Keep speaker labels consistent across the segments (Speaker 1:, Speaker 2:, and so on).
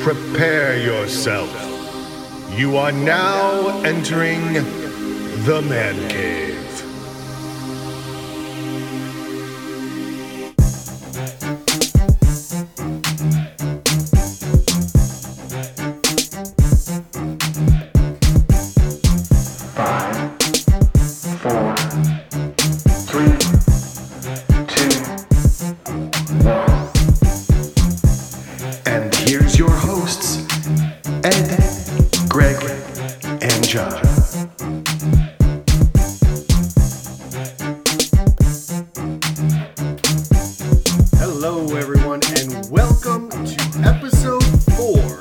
Speaker 1: prepare yourself. You are now entering the man cave.
Speaker 2: Five, four, three, two, one. And here's your hosts, Ed, Greg, and John.
Speaker 3: Hello, everyone, and welcome to episode four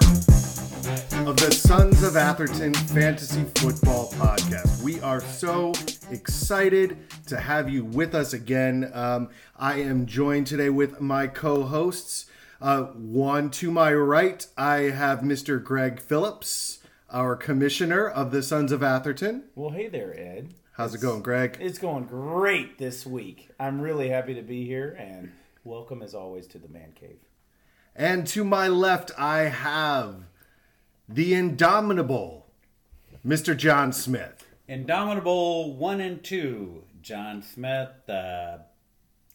Speaker 3: of the Sons of Atherton Fantasy Football Podcast. We are so excited to have you with us again. Um, I am joined today with my co hosts. Uh, one to my right, I have Mr. Greg Phillips, our commissioner of the Sons of Atherton.
Speaker 4: Well, hey there, Ed.
Speaker 3: How's it going, Greg?
Speaker 4: It's going great this week. I'm really happy to be here and welcome, as always, to the Man Cave.
Speaker 3: And to my left, I have the indomitable Mr. John Smith.
Speaker 5: Indomitable one and two, John Smith. Uh,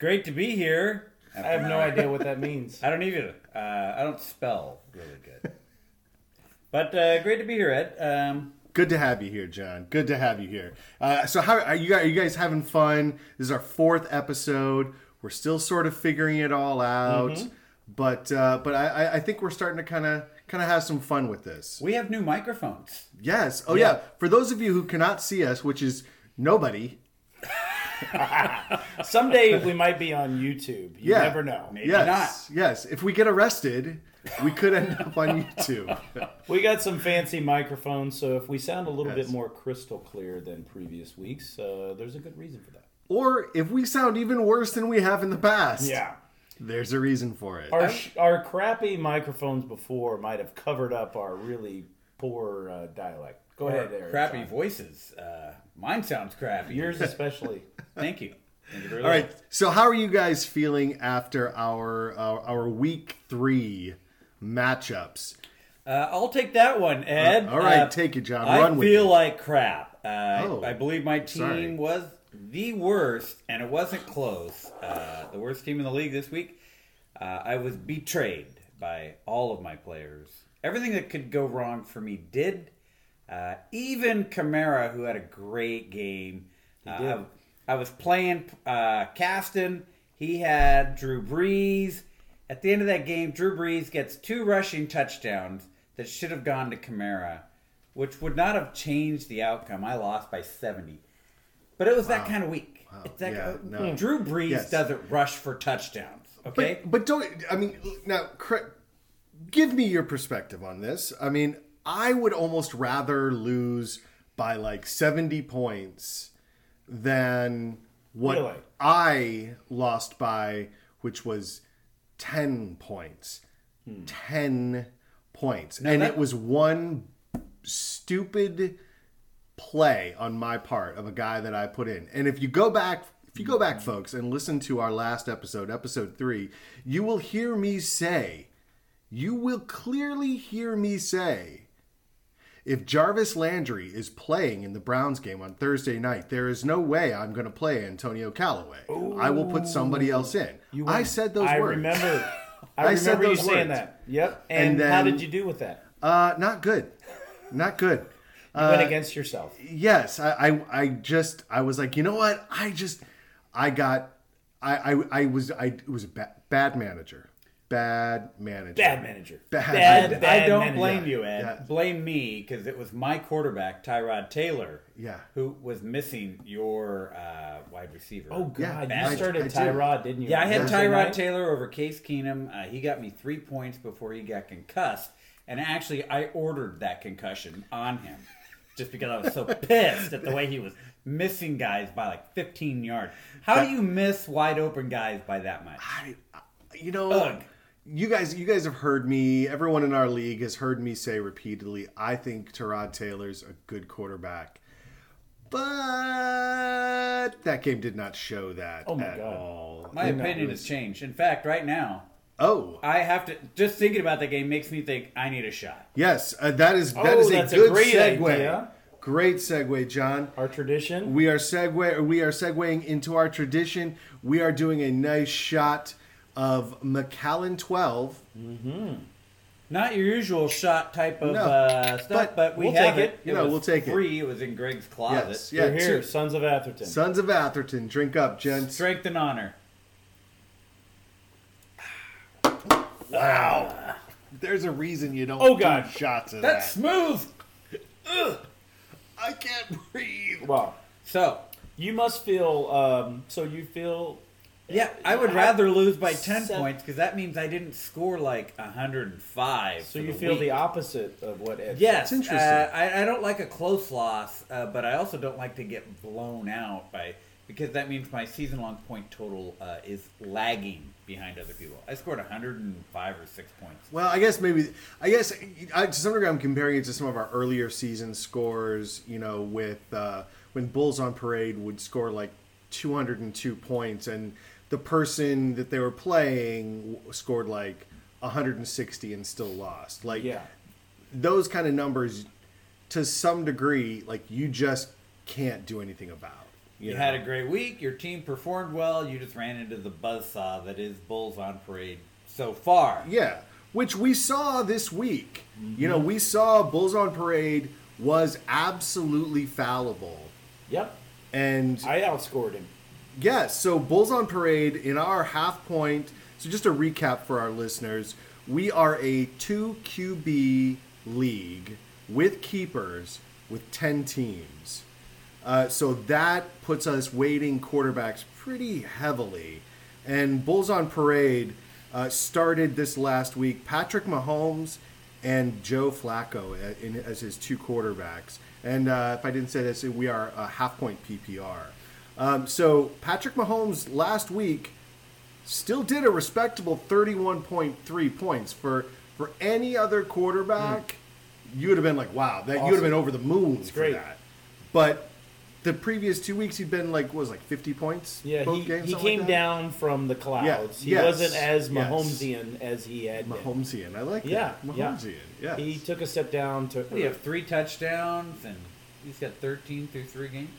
Speaker 5: great to be here.
Speaker 4: I have no idea what that means.
Speaker 5: I don't either. Uh, I don't spell really good, but uh, great to be here, Ed. Um,
Speaker 3: Good to have you here, John. Good to have you here. Uh, so, how are you? Are you guys having fun? This is our fourth episode. We're still sort of figuring it all out,
Speaker 4: Mm-hmm.
Speaker 3: but uh, but I, I- I think we're starting to kind of kind of have some fun with this.
Speaker 5: we have new microphones.
Speaker 3: Yes. Oh yeah. For those of you who cannot see us, which is nobody.
Speaker 4: Someday we might be on YouTube. You
Speaker 3: Yeah.
Speaker 4: never know. Maybe
Speaker 3: yes. Yes. If we get arrested, we could end up on YouTube.
Speaker 4: We got some fancy microphones, so if we sound a little bit more crystal clear than previous weeks, uh, there's a good reason for that.
Speaker 3: or if we sound even worse than we have in the past.
Speaker 4: Yeah.
Speaker 3: There's a reason for it.
Speaker 4: Our, sh- our crappy microphones before might have covered up our really poor uh, dialect. Go ahead, Eric.
Speaker 5: crappy
Speaker 4: John.
Speaker 5: voices. Uh, mine sounds crappy.
Speaker 4: Yours especially.
Speaker 5: Thank you. Thank you very
Speaker 3: All right. So, how are you guys feeling after our our, our week three matchups?
Speaker 5: Uh, I'll take that one, Ed.
Speaker 3: Uh, all right,
Speaker 5: Uh,
Speaker 3: take it, John.
Speaker 5: I
Speaker 3: Run with
Speaker 5: feel
Speaker 3: it.
Speaker 5: like crap. Uh, I-
Speaker 3: Oh,
Speaker 5: I believe my team
Speaker 3: sorry.
Speaker 5: was the worst, and it wasn't close. Uh, the worst team in the league this week. Uh, I was betrayed by all of my players. Everything that could go wrong for me did. Uh, even Kamara, who had a great game. Uh,
Speaker 4: did.
Speaker 5: I, I was playing uh, Caston. He had Drew Brees. At the end of that game, Drew Brees gets two rushing touchdowns that should have gone to Kamara, which would not have changed the outcome. I lost by 70. But it was that kind of week. It's that
Speaker 3: Yeah,
Speaker 5: uh,
Speaker 3: no.
Speaker 5: Drew Brees
Speaker 3: Yes.
Speaker 5: doesn't rush for touchdowns.
Speaker 3: But,
Speaker 5: Okay?
Speaker 3: but don't. I mean, now, cra- give me your perspective on this. I mean, I would almost rather lose by like seventy points than what
Speaker 4: Really?
Speaker 3: I lost by, which was ten points. Ten points, and
Speaker 5: Hmm. that-
Speaker 3: it was one stupid play on my part of a guy that I put in. And if you go back, if you go back, folks, and listen to our last episode, episode three, you will hear me say, you will clearly hear me say, if Jarvis Landry is playing in the Browns game on Thursday night, there is no way I'm going to play Antonio Callaway. I will put somebody else in. I said those
Speaker 4: I
Speaker 3: words.
Speaker 4: remember.
Speaker 3: I
Speaker 4: I, remember
Speaker 3: said
Speaker 4: you
Speaker 3: those
Speaker 4: saying
Speaker 3: words.
Speaker 4: that. Yep. And,
Speaker 3: And
Speaker 4: how
Speaker 3: then-
Speaker 4: did you do with that?
Speaker 3: Uh, not good. Not good.
Speaker 4: You
Speaker 3: uh,
Speaker 4: went against yourself.
Speaker 3: yes I, I i just i was like you know what i just i got i i, I was i it was a ba- bad manager bad manager
Speaker 4: Bad manager.
Speaker 3: Bad-
Speaker 4: Bad,
Speaker 3: I-
Speaker 4: bad
Speaker 5: I don't
Speaker 4: manager.
Speaker 5: blame you, Ed.
Speaker 3: Yeah.
Speaker 5: Blame me because it was my quarterback, Tyrod Taylor,
Speaker 3: Yeah.
Speaker 5: who was missing your uh, wide receiver.
Speaker 4: Oh God!
Speaker 3: Yeah,
Speaker 4: you
Speaker 3: I-
Speaker 4: started
Speaker 3: I did.
Speaker 4: Tyrod, didn't you?
Speaker 5: yeah, I had
Speaker 4: Thursday
Speaker 5: Tyrod
Speaker 4: night?
Speaker 5: Taylor over Case Keenum. Uh, he got me three points before he got concussed, and actually, I ordered that concussion on him just because I was so pissed at the way he was missing guys by like 15 yards. How do you miss wide open guys by that much?
Speaker 3: I, I- you know,
Speaker 5: Ugh.
Speaker 3: you guys, you guys have heard me. Everyone in our league has heard me say repeatedly. I think Terod Taylor's a good quarterback, but that game did not show that
Speaker 4: my
Speaker 3: at
Speaker 4: God.
Speaker 3: all.
Speaker 4: Oh
Speaker 5: My opinion has changed. In fact, right now,
Speaker 3: Oh,
Speaker 5: I have to just thinking about that game makes me think I need a shot.
Speaker 3: yes, uh, that is that
Speaker 4: Oh,
Speaker 3: is
Speaker 4: that's
Speaker 3: a
Speaker 4: a
Speaker 3: good
Speaker 4: great
Speaker 3: segue.
Speaker 4: idea.
Speaker 3: Great segue, John.
Speaker 4: Our tradition.
Speaker 3: We are segue. We are segueing into our tradition. We are doing a nice shot of Macallan Twelve.
Speaker 5: Not your usual shot type of
Speaker 3: No,
Speaker 5: uh, stuff,
Speaker 3: but
Speaker 5: but, we
Speaker 4: we'll
Speaker 5: have
Speaker 4: take
Speaker 5: it.
Speaker 4: it.
Speaker 5: it
Speaker 3: No,
Speaker 5: was
Speaker 3: we'll take it.
Speaker 5: Free. It was in Greg's closet.
Speaker 3: Yes,
Speaker 5: Yeah.
Speaker 3: yeah.
Speaker 4: We're here,
Speaker 3: two-
Speaker 4: Sons of Atherton.
Speaker 3: Sons of Atherton, drink up, gents.
Speaker 5: Strength and honor.
Speaker 3: There's a reason you don't.
Speaker 4: Oh, God.
Speaker 3: shots of
Speaker 5: That's smooth.
Speaker 3: I can't breathe.
Speaker 4: wow.
Speaker 5: So
Speaker 4: You must feel. Um, so you feel.
Speaker 5: yeah, I would rather lose by ten
Speaker 4: Seven.
Speaker 5: points because that means I didn't score like hundred and five.
Speaker 4: So you feel the
Speaker 5: week.
Speaker 4: opposite of what Ed.
Speaker 5: Yes,
Speaker 3: That's interesting.
Speaker 5: Uh, I, I don't like a close loss, uh, but I also don't like to get blown out by because that means my season-long point total uh, is lagging behind other people. I scored 105 or six points.
Speaker 3: Well, I guess maybe I guess I, to some degree I'm comparing it to some of our earlier season scores. You know, with uh, when Bulls on Parade would score like 202 points, and the person that they were playing w- scored like 160 and still lost. Like
Speaker 4: Yeah.
Speaker 3: those kind of numbers, to some degree, like you just can't do anything about.
Speaker 5: You
Speaker 3: know?
Speaker 5: had a great week. Your team performed well. You just ran into the buzzsaw that is Bulls on parade so far.
Speaker 3: Yeah, which we saw this week. You know, we saw Bulls on Parade was absolutely fallible.
Speaker 4: Yep.
Speaker 3: And
Speaker 4: I outscored him.
Speaker 3: yes, so Bulls on Parade in our half point. So just a recap for our listeners, we are a 2 QB league with keepers with 10 teams. Uh, so that puts us weighting quarterbacks pretty heavily. And Bulls on Parade uh, started this last week. Patrick Mahomes and Joe Flacco a- in, as his two quarterbacks. And uh, if I didn't say this, we are a half point PPR. Um, so Patrick Mahomes last week still did a respectable 31.3 points for for any other quarterback you would have been like wow that you would have been over the moon for
Speaker 4: great.
Speaker 3: that but the previous two weeks he'd been like what was it, like 50 points
Speaker 4: Yeah,
Speaker 3: both
Speaker 4: he,
Speaker 3: games
Speaker 4: he
Speaker 3: something like
Speaker 4: came
Speaker 3: that?
Speaker 4: down from the clouds. He
Speaker 3: yes,
Speaker 4: wasn't as
Speaker 3: yes.
Speaker 4: Mahomesian as he had been.
Speaker 3: Mahomesian I like
Speaker 4: Yeah,
Speaker 3: that
Speaker 4: yeah.
Speaker 3: Mahomesian yeah
Speaker 4: He took a step down to.
Speaker 5: We have three touchdowns, and he's got 13 through three games.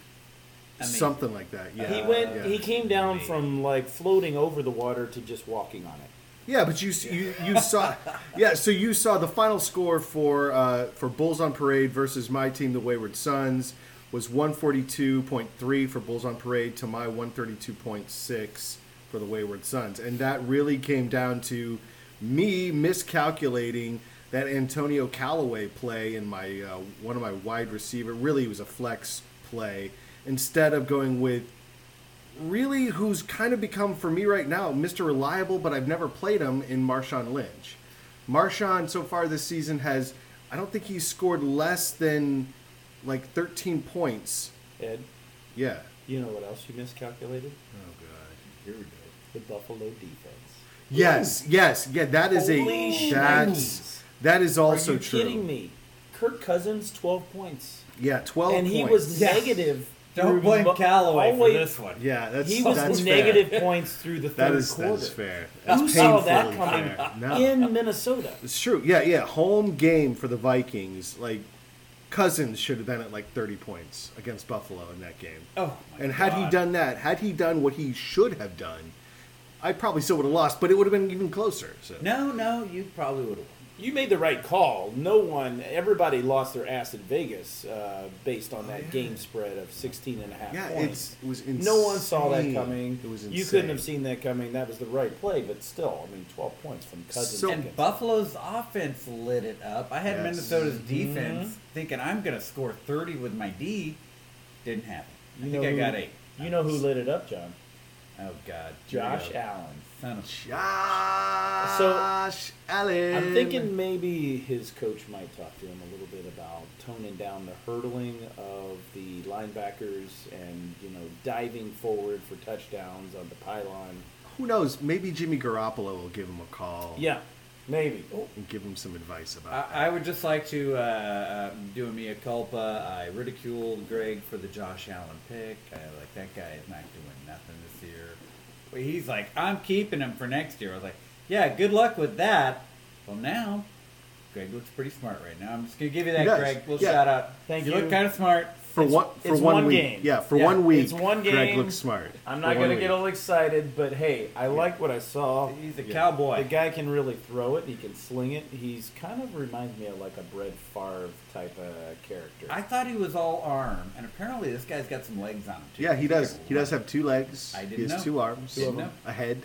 Speaker 5: Amazing.
Speaker 3: something like that yeah
Speaker 4: He went.
Speaker 3: yeah.
Speaker 4: he came down from like floating over the water to just walking on it.
Speaker 3: Yeah, but you you, you saw yeah, so you saw the final score for uh, for Bulls on Parade versus my team, the Wayward Sons, was one forty two point three for Bulls on Parade to my one thirty two point six for the Wayward Sons, and that really came down to me miscalculating that Antonio Callaway play in my uh, one of my wide receiver. Really, it was a flex play instead of going with really who's kind of become for me right now Mr. Reliable, but I've never played him in Marshawn Lynch. Marshawn so far this season has I don't think he's scored less than like 13 points.
Speaker 4: Ed,
Speaker 3: Yeah.
Speaker 4: you know what else you miscalculated?
Speaker 3: Oh god. Here we go.
Speaker 4: The Buffalo defense.
Speaker 3: Yes, yes, yeah. That is
Speaker 4: Holy
Speaker 3: a that's
Speaker 4: shnikes.
Speaker 3: that is
Speaker 4: Are
Speaker 3: also
Speaker 4: you
Speaker 3: true.
Speaker 4: kidding me? Kirk Cousins, twelve points,
Speaker 3: Yeah, 12
Speaker 4: and he
Speaker 3: points.
Speaker 4: was
Speaker 5: Yes.
Speaker 4: negative.
Speaker 5: Don't
Speaker 4: through
Speaker 5: blame
Speaker 4: mo-
Speaker 5: Callaway
Speaker 4: always-
Speaker 5: for this one.
Speaker 3: yeah, that's
Speaker 4: He was
Speaker 3: that's fair.
Speaker 4: negative points through the third
Speaker 3: That is
Speaker 4: quarter.
Speaker 3: that is fair. That's
Speaker 4: Who
Speaker 3: painfully
Speaker 4: saw that coming
Speaker 3: fair. No.
Speaker 4: in Minnesota?
Speaker 3: It's true. Yeah, yeah. Home game for the Vikings. Like Cousins should have been at like 30 points against Buffalo in that game.
Speaker 5: Oh, my
Speaker 3: and had he
Speaker 5: God.
Speaker 3: done that, had he done what he should have done, I probably still would have lost, but it would have been even closer. So
Speaker 5: No, no, you probably would have won.
Speaker 4: You made the right call. No one, everybody lost their ass in Vegas uh, based on that game spread of 16 and a half
Speaker 3: Oh, Yeah,
Speaker 4: points.
Speaker 3: it's- it was
Speaker 4: No one saw that
Speaker 3: insane.
Speaker 4: coming.
Speaker 3: It was
Speaker 4: You
Speaker 3: insane.
Speaker 4: couldn't have seen that coming. That was the right play, but still, I mean, 12 points from Cousins.
Speaker 3: So-
Speaker 4: against-
Speaker 5: And Buffalo's offense lit it up. I had
Speaker 3: Yes.
Speaker 5: Minnesota's
Speaker 4: Mm-hmm.
Speaker 5: defense thinking I'm going to score 30 with my D. Didn't happen. I
Speaker 4: you
Speaker 5: think
Speaker 4: know
Speaker 5: I
Speaker 4: who-
Speaker 5: got eight.
Speaker 4: You know who lit it up, John?
Speaker 5: Oh God, Here we
Speaker 4: Josh
Speaker 5: go.
Speaker 4: Allen.
Speaker 5: Son of shit.
Speaker 3: Josh Allen.
Speaker 4: I'm thinking maybe his coach might talk to him a little bit about toning down the hurdling of the linebackers and, you know, diving forward for touchdowns on the pylon.
Speaker 3: who knows? Maybe Jimmy Garoppolo will give him a call.
Speaker 4: Yeah, maybe.
Speaker 3: and give him some advice about. that.
Speaker 5: I, I would just like to uh, um, do a mea culpa. I ridiculed Greg for the Josh Allen pick. I like that guy is not doing nothing this year. But he's like, I'm keeping him for next year. I was like, yeah, good luck with that. Well, now, Greg looks pretty smart right now. I'm just going to give you that,
Speaker 3: He does.
Speaker 5: Greg. Little
Speaker 3: Yeah.
Speaker 5: shout out.
Speaker 6: Thank
Speaker 5: you.
Speaker 6: you.
Speaker 5: look kind of smart.
Speaker 3: For
Speaker 6: It's-
Speaker 3: one for
Speaker 6: it's
Speaker 3: one,
Speaker 6: one
Speaker 3: week.
Speaker 6: game.
Speaker 3: Yeah, for
Speaker 6: Yeah,
Speaker 3: one week.
Speaker 6: it's one
Speaker 3: Greg
Speaker 6: game.
Speaker 3: looks smart.
Speaker 6: I'm
Speaker 3: For
Speaker 6: not
Speaker 3: one
Speaker 6: going to get
Speaker 3: week.
Speaker 6: all excited, but hey, I like what I
Speaker 3: Oh,
Speaker 6: saw.
Speaker 5: He's a
Speaker 4: The
Speaker 5: cowboy.
Speaker 4: guy can really throw it. He can sling it. He's kind of reminds me of like a Brett Favre type of character.
Speaker 5: I thought he was all arm, and apparently this guy's got some legs on him, too.
Speaker 3: Yeah, he does. He does have two legs.
Speaker 5: I
Speaker 3: he
Speaker 5: didn't
Speaker 3: has
Speaker 5: know.
Speaker 3: two arms,
Speaker 5: Didn't know.
Speaker 3: a head.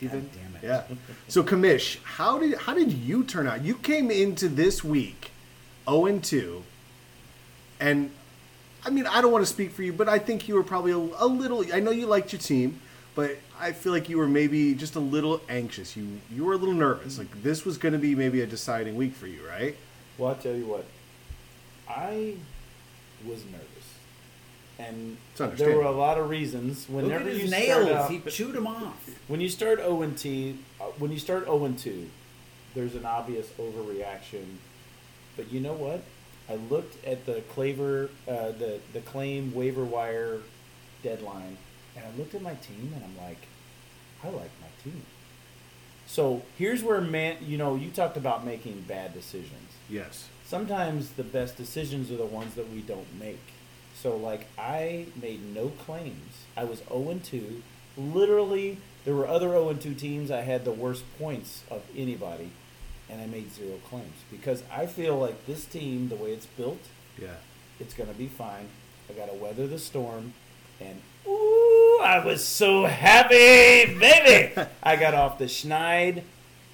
Speaker 3: Even.
Speaker 5: God damn it.
Speaker 3: Yeah. So Kamish, how did how did you turn out? You came into this week 0 and 2. And I mean, I don't want to speak for you, but I think you were probably a, a little I know you liked your team, but I feel like you were maybe just a little anxious. You you were a little nervous. Like this was going to be maybe a deciding week for you, right?
Speaker 4: Well, I'll tell you what. I was nervous. And
Speaker 3: It's
Speaker 4: there
Speaker 3: understandable.
Speaker 4: were a lot of reasons.
Speaker 5: Look
Speaker 4: Whenever
Speaker 5: at
Speaker 4: you
Speaker 5: his
Speaker 4: start
Speaker 5: nails.
Speaker 4: out,
Speaker 5: He chewed him off.
Speaker 4: when you start O and T, uh, when you start O and two, there's an obvious overreaction. But you know what? I looked at the claver, uh, the the claim waiver wire deadline, and I looked at my team, and I'm like, I like my team. So here's where man, you know, you talked about making bad decisions
Speaker 3: Yes.
Speaker 4: sometimes the best decisions are the ones that we don't make. So like I made no claims. I was 0 and 2. Literally, there were other 0 and 2 teams. I had the worst points of anybody, and I made zero claims because I feel like this team, the way it's built,
Speaker 3: Yeah.
Speaker 4: it's gonna be fine. I gotta weather the storm, and ooh, I was so happy, baby! I got off the Schneid.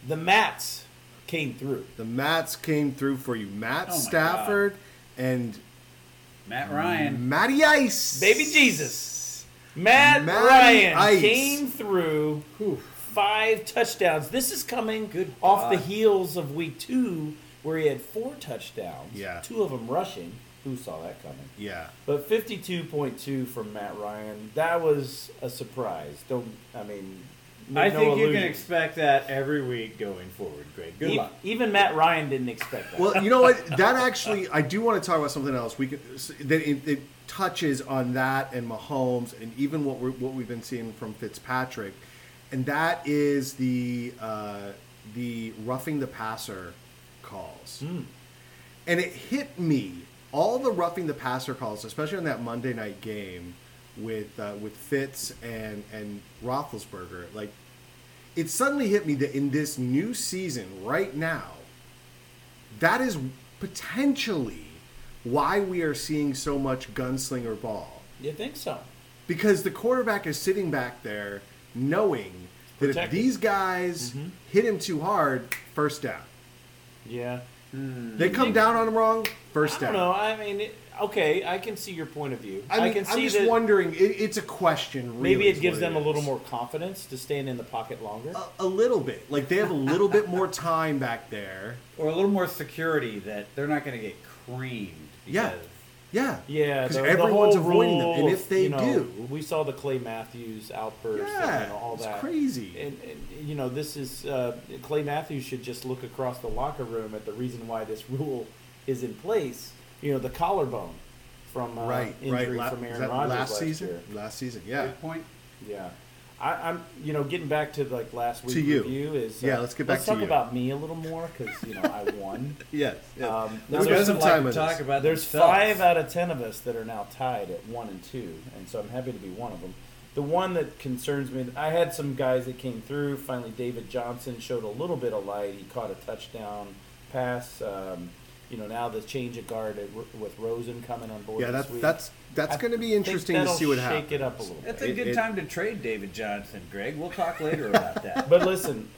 Speaker 4: The mats came through.
Speaker 3: The Mats came through for you. Matt
Speaker 5: Oh my
Speaker 3: Stafford and
Speaker 5: Matt Ryan.
Speaker 3: Matty Ice.
Speaker 4: Baby Jesus. Matt
Speaker 3: Matty
Speaker 4: Ryan
Speaker 3: Ice.
Speaker 4: came through five touchdowns. This is coming
Speaker 5: Good
Speaker 3: Oh,
Speaker 4: off the
Speaker 5: God.
Speaker 4: heels of week two, where he had four touchdowns,
Speaker 3: Yeah.
Speaker 4: two of them rushing. Who saw that coming?
Speaker 3: Yeah.
Speaker 4: But 52.2 from Matt Ryan, that was a surprise. Don't, I mean, make
Speaker 5: I
Speaker 4: no
Speaker 5: think you can
Speaker 4: illusions.
Speaker 5: expect that every week going forward, Greg. Good
Speaker 4: E-
Speaker 5: luck.
Speaker 4: Even Matt Ryan didn't expect that.
Speaker 3: Well, you know what? That actually, I do want to talk about something else. We could, that it, it touches on that and Mahomes and even what we're, what we've been seeing from Fitzpatrick, and that is the uh, the roughing the passer calls, and it hit me all the roughing the passer calls, especially on that Monday night game with uh, with Fitz and and Roethlisberger, like. It suddenly hit me that in this new season, right now, that is potentially why we are seeing so much gunslinger ball
Speaker 4: you think so?
Speaker 3: because the quarterback is sitting back there knowing that
Speaker 4: Protected. Mm-hmm.
Speaker 3: if these guys hit him too hard, first down.
Speaker 4: Yeah.
Speaker 3: They come down on him wrong, first
Speaker 4: Mm-hmm. I don't
Speaker 3: down.
Speaker 4: know. I mean, it, okay, I can see your point of view.
Speaker 3: I mean, I
Speaker 4: can
Speaker 3: am
Speaker 4: see
Speaker 3: just
Speaker 4: that
Speaker 3: wondering. It, it's a question. Really
Speaker 4: maybe
Speaker 3: is
Speaker 4: it gives
Speaker 3: what
Speaker 4: them a little
Speaker 3: is.
Speaker 4: more confidence to stand in the pocket longer.
Speaker 3: A, a little bit. Like they have a little bit more time back there.
Speaker 5: Or a little more security that they're not going to get creamed.
Speaker 3: Yeah. Yeah.
Speaker 5: because-
Speaker 4: yeah,
Speaker 3: Because
Speaker 4: the- the
Speaker 3: everyone's
Speaker 4: whole
Speaker 3: avoiding them,
Speaker 4: rule
Speaker 3: and
Speaker 4: of,
Speaker 3: if they
Speaker 4: you know,
Speaker 3: do,
Speaker 4: we saw the Clay Matthews outburst.
Speaker 3: yeah,
Speaker 4: and, you know, all
Speaker 3: it's
Speaker 4: that.
Speaker 3: crazy.
Speaker 4: And, and you know, this is uh, Clay Matthews should just look across the locker room at the reason why this rule is in place. You know, the collarbone from uh,
Speaker 3: right. Right.
Speaker 4: injury
Speaker 3: La-
Speaker 4: from
Speaker 3: is
Speaker 4: Aaron
Speaker 3: that
Speaker 4: Rodgers
Speaker 3: last
Speaker 4: last
Speaker 3: season.
Speaker 4: year.
Speaker 3: Last season. Yeah.
Speaker 5: Good point.
Speaker 4: Yeah, I, I'm. You know, getting back to like last week's
Speaker 3: To you.
Speaker 4: review is. uh,
Speaker 3: Yeah, let's get back
Speaker 4: Let's
Speaker 3: to
Speaker 4: talk
Speaker 3: you.
Speaker 4: about me a little more because you know I won.
Speaker 3: Yes. yes. Let's
Speaker 4: Um,
Speaker 5: Who
Speaker 3: spend
Speaker 4: there's
Speaker 3: some
Speaker 5: doesn't like
Speaker 3: time
Speaker 5: to
Speaker 3: on
Speaker 5: talk
Speaker 3: this.
Speaker 5: about
Speaker 4: there's
Speaker 5: themselves?
Speaker 4: five out of ten of us that are now tied at one and two, and so I'm happy to be one of them. The one that concerns me, I had some guys that came through. Finally, David Johnson showed a little bit of light. He caught a touchdown pass. Um, you know, now the change of guard at, with Rosen coming on board.
Speaker 3: yeah, that's
Speaker 4: this week.
Speaker 3: that's that's
Speaker 4: I
Speaker 3: going to be
Speaker 4: think
Speaker 3: interesting to
Speaker 4: that'll
Speaker 3: see what
Speaker 4: shake
Speaker 3: happens.
Speaker 4: it up a little bit.
Speaker 5: That's a
Speaker 3: It-
Speaker 5: good
Speaker 3: it-
Speaker 5: time to trade David Johnson, Greg. We'll talk later about that.
Speaker 4: But listen,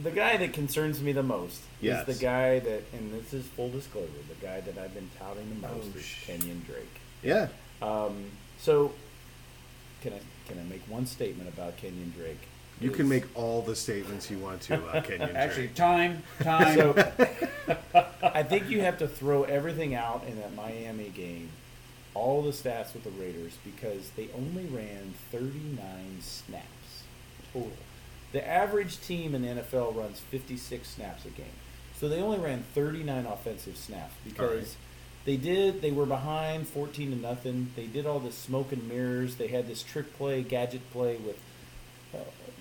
Speaker 4: the guy that concerns me the most
Speaker 3: Yes.
Speaker 4: is the guy that, and this is full disclosure, the guy that I've been touting the most
Speaker 5: Oh,
Speaker 4: is
Speaker 5: sh-
Speaker 4: Kenyon Drake.
Speaker 3: Yeah,
Speaker 4: Um, so, can I can I make one statement about Kenyon Drake?
Speaker 3: you
Speaker 4: Is-
Speaker 3: can make all the statements you want to, uh, Kenyon. Drake.
Speaker 5: Actually, time, time.
Speaker 4: I think you have to throw everything out in that Miami game, all the stats with the Raiders because they only ran 39 snaps total. The average team in the NFL runs 56 snaps a game. So they only ran 39 offensive snaps because
Speaker 3: right.
Speaker 4: they did they were behind 14 to nothing. They did all this smoke and mirrors. They had this trick play, gadget play with uh,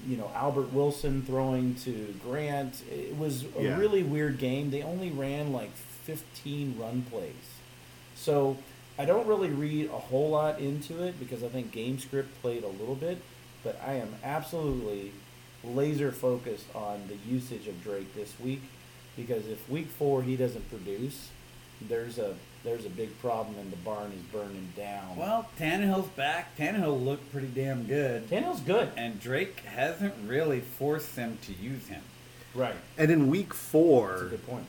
Speaker 4: you know Albert Wilson throwing to Grant. It was a
Speaker 7: Yeah.
Speaker 4: really weird game. They only ran like 15 run plays. So I don't really read a whole lot into it because I think game script played a little bit, but I am absolutely laser focused on the usage of Drake this week because if week 4 he doesn't produce, there's a there's a big problem and the barn is burning down.
Speaker 5: Well, Tannehill's back. Tannehill looked pretty damn good.
Speaker 4: Tannehill's good.
Speaker 5: And Drake hasn't really forced them to use him.
Speaker 4: Right.
Speaker 7: And in week
Speaker 4: That's a
Speaker 7: four,
Speaker 4: good point.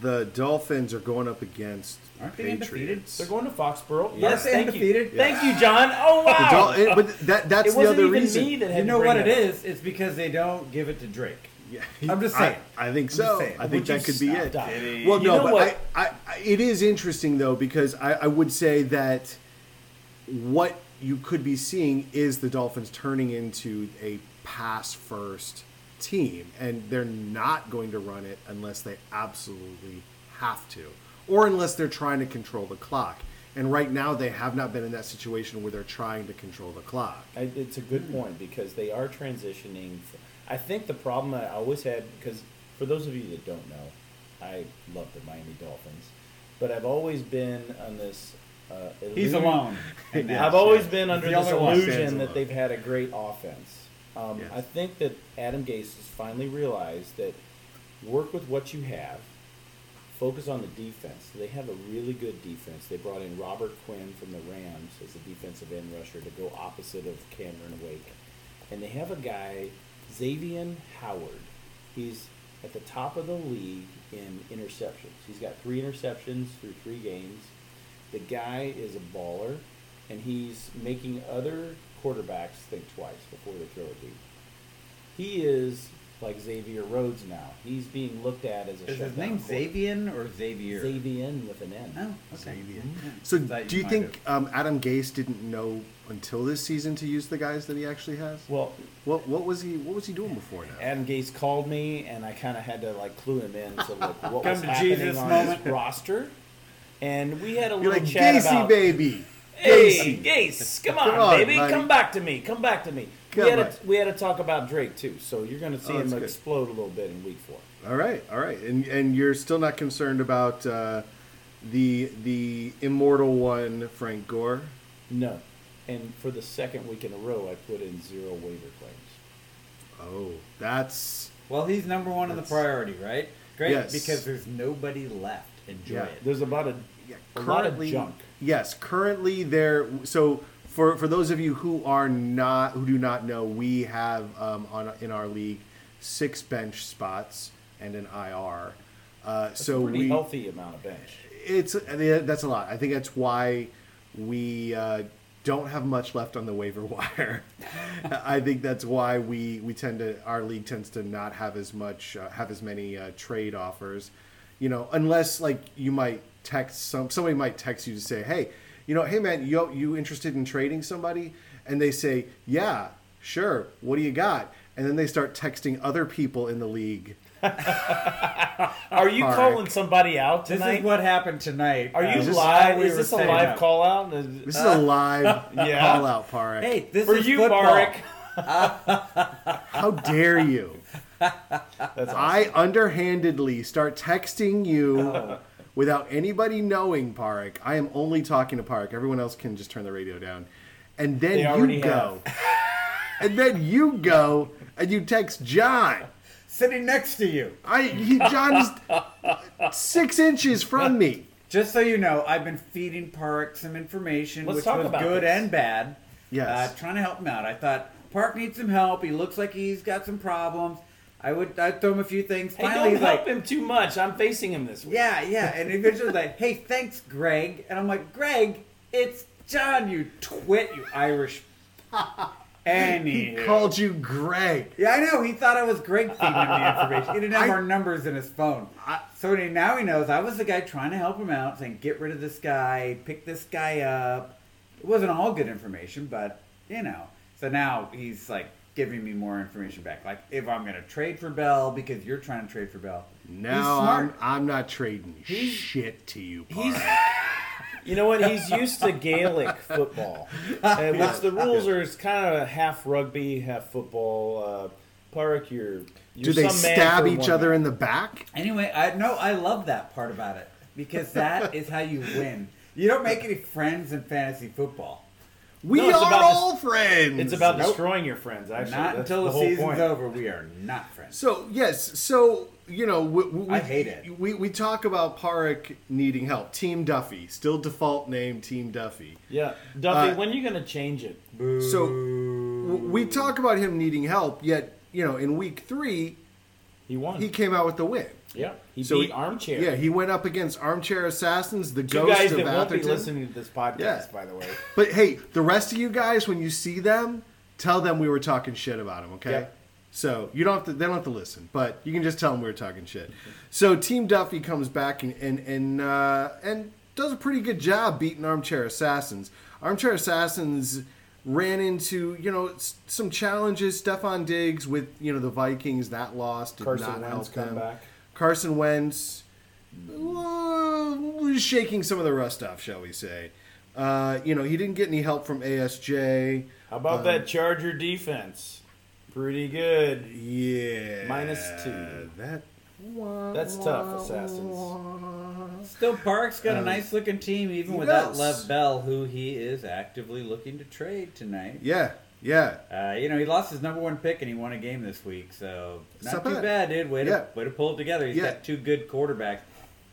Speaker 7: the Dolphins are going up against the
Speaker 5: Aren't they undefeated?
Speaker 7: Patriots.
Speaker 4: They're going to Foxborough. Yes,
Speaker 5: Yes,
Speaker 4: thank you.
Speaker 5: undefeated.
Speaker 4: Thank you, John. Oh
Speaker 7: The
Speaker 4: wow.
Speaker 7: Dol- it- but that, that's
Speaker 4: it wasn't
Speaker 7: the other
Speaker 4: even
Speaker 7: reason.
Speaker 4: me that had
Speaker 5: You
Speaker 4: to
Speaker 5: know
Speaker 4: bring
Speaker 5: what it
Speaker 4: that up.
Speaker 5: is? It's because they don't give it to Drake.
Speaker 7: Yeah.
Speaker 5: I'm just saying.
Speaker 7: I, I think
Speaker 5: just
Speaker 7: so.
Speaker 5: saying.
Speaker 7: I
Speaker 4: Would
Speaker 7: think
Speaker 4: you
Speaker 7: that could be
Speaker 4: stop
Speaker 7: it.
Speaker 4: that?
Speaker 7: Well,
Speaker 4: You
Speaker 7: no,
Speaker 4: know
Speaker 7: but I,
Speaker 4: what?
Speaker 7: I, I, it is interesting though because I, I would say that what you could be seeing is the Dolphins turning into a pass first team, and they're not going to run it unless they absolutely have to, or unless they're trying to control the clock. And right now, they have not been in that situation where they're trying to control the clock.
Speaker 4: I, it's a good point because they are transitioning. fr I think the problem I always had, because for those of you that don't know, I love the Miami Dolphins, but I've always been on this. Uh,
Speaker 5: He's
Speaker 4: illusion-
Speaker 5: alone. And now
Speaker 4: I've always
Speaker 5: shit.
Speaker 4: been under
Speaker 5: the
Speaker 4: this
Speaker 5: only one.
Speaker 4: illusion
Speaker 7: Stands
Speaker 4: that
Speaker 7: alone.
Speaker 4: they've had a great offense. Um,
Speaker 7: Yes.
Speaker 4: I think that Adam Gase has finally realized that work with what you have, focus on the defense. They have a really good defense. They brought in Robert Quinn from the Rams as a defensive end rusher to go opposite of Cameron Wake. And they have a guy, Xavier Howard. He's at the top of the league in interceptions. He's got three interceptions through three games. The guy is a baller, and he's making other quarterbacks think twice before they throw a deep. He is like Xavier Rhodes now. He's being looked at as a
Speaker 5: Is his
Speaker 4: shutdown
Speaker 5: name
Speaker 4: quarterback.
Speaker 5: Xavier or Xavier?
Speaker 4: Xavier with an N.
Speaker 5: Oh, okay.
Speaker 7: So,
Speaker 5: That
Speaker 7: do you
Speaker 5: might
Speaker 7: think
Speaker 5: have-
Speaker 7: um, Adam Gase didn't know until this season to use the guys that he actually has?
Speaker 4: Well,
Speaker 7: What what was he what was he doing before now?
Speaker 4: Adam Gase called me, and I kind of had to like clue him in to like what
Speaker 5: Come
Speaker 4: was
Speaker 5: to
Speaker 4: happening
Speaker 5: Jesus
Speaker 4: on
Speaker 5: moment.
Speaker 4: his roster. And we had a
Speaker 7: You're
Speaker 4: little
Speaker 7: like
Speaker 4: chat
Speaker 7: Gacy
Speaker 4: about
Speaker 7: baby.
Speaker 4: Hey, Gase, come on,
Speaker 7: Come on,
Speaker 4: baby,
Speaker 7: buddy.
Speaker 4: come back to me, come back to me.
Speaker 7: Come
Speaker 4: we had
Speaker 7: on.
Speaker 4: a, we had to talk about Drake too, so you're going to see
Speaker 7: Oh,
Speaker 4: him
Speaker 7: that's good.
Speaker 4: explode a little bit in week four.
Speaker 7: All right, all right, and and you're still not concerned about uh, the the immortal one Frank Gore.
Speaker 4: No, and for the second week in a row, I put in zero waiver claims.
Speaker 7: Oh, that's
Speaker 5: Well, he's number one in the priority, right? Great,
Speaker 7: Yes.
Speaker 5: because there's nobody left. Enjoy
Speaker 7: Yeah.
Speaker 5: it.
Speaker 4: There's about a, a lot of junk.
Speaker 7: Yes, currently there. So for for those of you who are not who do not know, we have um, on in our league six bench spots and an IR. Uh, so
Speaker 4: Pretty
Speaker 7: we
Speaker 4: healthy amount of bench.
Speaker 7: it's I mean, that's a lot. I think that's why we uh, don't have much left on the waiver wire. I think that's why we we tend to our league tends to not have as much uh, have as many uh, trade offers, you know, unless like you might text some somebody might text you to say, hey, you know, hey man, you you interested in trading somebody? And they say, yeah, sure. What do you got? And then they start texting other people in the league.
Speaker 4: Are you
Speaker 7: Park.
Speaker 4: calling somebody out
Speaker 5: This
Speaker 4: tonight?
Speaker 5: is what happened tonight.
Speaker 4: Are
Speaker 5: Uh,
Speaker 4: you
Speaker 5: this
Speaker 4: live?
Speaker 5: how we
Speaker 4: is
Speaker 5: were
Speaker 4: this a
Speaker 5: setting
Speaker 4: live
Speaker 5: up.
Speaker 4: call out?
Speaker 7: This
Speaker 4: Uh,
Speaker 7: is a live
Speaker 4: yeah.
Speaker 7: call out, Park.
Speaker 5: Hey, this
Speaker 4: For
Speaker 5: is
Speaker 4: you,
Speaker 5: football.
Speaker 4: Marek.
Speaker 7: How dare you?
Speaker 4: That's
Speaker 7: I underhandedly start texting you
Speaker 4: Oh.
Speaker 7: without anybody knowing, Parik. I am only talking to Parik. Everyone else can just turn the radio down. And then
Speaker 4: They
Speaker 7: you
Speaker 4: already
Speaker 7: go. and then you go and you text John.
Speaker 5: Sitting next to you.
Speaker 7: I he, John is six inches from me.
Speaker 5: Just so you know, I've been feeding Park some information,
Speaker 4: Let's
Speaker 5: which
Speaker 4: talk
Speaker 5: was
Speaker 4: about
Speaker 5: good
Speaker 4: this.
Speaker 5: and bad.
Speaker 7: Yes.
Speaker 5: Uh, trying to help him out. I thought Park needs some help. He looks like he's got some problems. I would I'd throw him a few things.
Speaker 4: Hey,
Speaker 5: Finally,
Speaker 4: don't
Speaker 5: he's
Speaker 4: help
Speaker 5: like,
Speaker 4: him too much. I'm facing him this week.
Speaker 5: yeah, yeah. And eventually, he's like, hey, thanks, Greg. And I'm like, Greg, it's John, you twit, you Irish. Anywho.
Speaker 7: Called you Greg.
Speaker 5: Yeah, I know. He thought I was Greg feeding him the information. He didn't have our numbers in his phone. so he- now he knows I was the guy trying to help him out, saying, get rid of this guy, pick this guy up. It wasn't all good information, but, you know. So now he's like giving me more information back. Like, if I'm going to trade for Bell because you're trying to trade for Bell. He's
Speaker 7: No, I'm,
Speaker 5: smart.
Speaker 7: I'm not trading shit to you, Parik.
Speaker 4: You know what? He's used to Gaelic football, uh, which the rules are it's kind of half rugby, half football. Uh, Park, you're, you're
Speaker 7: Do they
Speaker 4: some man
Speaker 7: stab
Speaker 4: for
Speaker 7: each
Speaker 4: one
Speaker 7: other
Speaker 4: man.
Speaker 7: in the back?
Speaker 5: Anyway, I no, I love that part about it because that is how you win. You don't make any friends in fantasy football.
Speaker 7: We
Speaker 4: No, it's
Speaker 7: are
Speaker 4: about to-
Speaker 7: all friends.
Speaker 4: It's about destroying your friends. Actually,
Speaker 5: Not
Speaker 4: That's
Speaker 5: until
Speaker 4: the,
Speaker 5: the,
Speaker 4: whole
Speaker 5: season's
Speaker 4: point.
Speaker 5: over, we are not friends.
Speaker 7: So yes, so you know, we, we,
Speaker 5: I hate it.
Speaker 7: We we talk about Parik needing help. Team Duffy, still default name Team Duffy.
Speaker 4: Yeah, Duffy,
Speaker 7: Uh,
Speaker 4: when are you gonna change it?
Speaker 7: So w- we talk about him needing help, yet you know, in week three,
Speaker 4: He won.
Speaker 7: he came out with the win.
Speaker 4: yeah, he
Speaker 7: So
Speaker 4: beat
Speaker 7: he-
Speaker 4: Armchair.
Speaker 7: Yeah, he went up against Armchair Assassins, the
Speaker 4: you
Speaker 7: ghost
Speaker 4: guys
Speaker 7: of
Speaker 4: that won't be
Speaker 7: Atherton.
Speaker 4: listening to this podcast,
Speaker 7: Yeah.
Speaker 4: by the way.
Speaker 7: But hey, the rest of you guys, when you see them, tell them we were talking shit about them. Okay.
Speaker 4: Yeah.
Speaker 7: So you don't have to. They don't have to listen, but you can just tell them we were talking shit. So Team Duffy comes back and and and uh, and does a pretty good job beating Armchair Assassins. Armchair Assassins ran into you know s- some challenges. Stefan Diggs with you know the Vikings that lost did
Speaker 4: Carson
Speaker 7: not
Speaker 4: Wentz
Speaker 7: help them.
Speaker 4: comeback.
Speaker 7: Carson Wentz uh, was shaking some of the rust off, shall we say. Uh, you know, he didn't get any help from ASJ.
Speaker 4: How about that Charger defense? Pretty good.
Speaker 7: Yeah.
Speaker 4: Minus two.
Speaker 7: That.
Speaker 4: That's tough, Assassins.
Speaker 5: Still, Park's got a nice looking team, even
Speaker 7: he
Speaker 5: without
Speaker 7: does.
Speaker 5: Lev Bell, who he is actively looking to trade tonight.
Speaker 7: Yeah, yeah.
Speaker 5: Uh, you know, he lost his number one pick and he won a game this week, so not,
Speaker 7: not
Speaker 5: too
Speaker 7: bad.
Speaker 5: bad. dude. Way to,
Speaker 7: Yeah.
Speaker 5: way to pull it together. He's
Speaker 7: Yeah.
Speaker 5: got two good quarterbacks.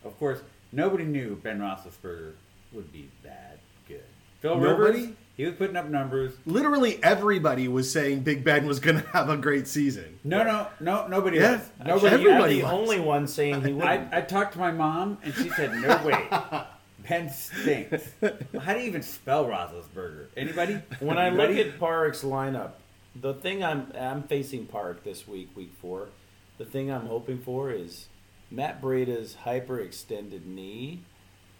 Speaker 5: Of course, nobody knew Ben Roethlisberger would be that good. Phil Rivers,
Speaker 7: Nobody?
Speaker 5: he was putting up numbers.
Speaker 7: Literally everybody was saying Big Ben was going to have a great season.
Speaker 5: No, no, no, nobody
Speaker 7: Yeah.
Speaker 5: else.
Speaker 7: Actually,
Speaker 5: Nobody
Speaker 4: Actually, you're
Speaker 7: everybody
Speaker 4: the
Speaker 7: wins.
Speaker 4: only one saying he
Speaker 5: I,
Speaker 4: wouldn't.
Speaker 5: I talked to my mom, and she said, "No way, Ben stinks." Well, How do you even spell Roethlisberger? Anybody?
Speaker 4: when I look
Speaker 5: Anybody?
Speaker 4: at Park's lineup, the thing I'm I'm facing Park this week, week four. The thing I'm hoping for is Matt Breda's hyperextended knee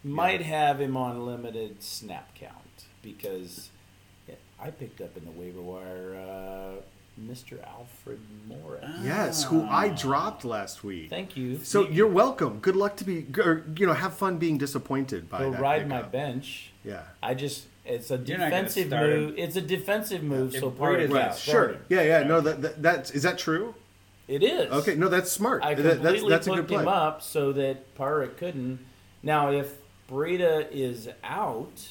Speaker 4: might have him on limited snap count because yeah, I picked up in the waiver wire uh, Mr. Alfred Morris.
Speaker 7: Yes, who I dropped last week.
Speaker 4: Ah. Thank you.
Speaker 7: So
Speaker 4: You-
Speaker 7: you're welcome. Good luck to be, or, you know, have fun being disappointed by
Speaker 4: go
Speaker 7: that.
Speaker 4: ride my
Speaker 7: pickup.
Speaker 4: bench.
Speaker 7: Yeah.
Speaker 4: I just it's a
Speaker 5: You're not gonna
Speaker 4: defensive
Speaker 5: start him.
Speaker 4: move. It's a defensive move.
Speaker 5: If
Speaker 4: so Park
Speaker 5: Breda's
Speaker 4: gets
Speaker 5: out,
Speaker 7: Sure.
Speaker 4: started.
Speaker 7: Yeah, yeah. No, that, that that's is that true?
Speaker 4: It is
Speaker 7: Okay. No, that's smart.
Speaker 4: I
Speaker 7: That- that's-
Speaker 4: completely
Speaker 7: that's a good
Speaker 4: hooked him
Speaker 7: play.
Speaker 4: up so that Parra couldn't. Now, if Breida is out,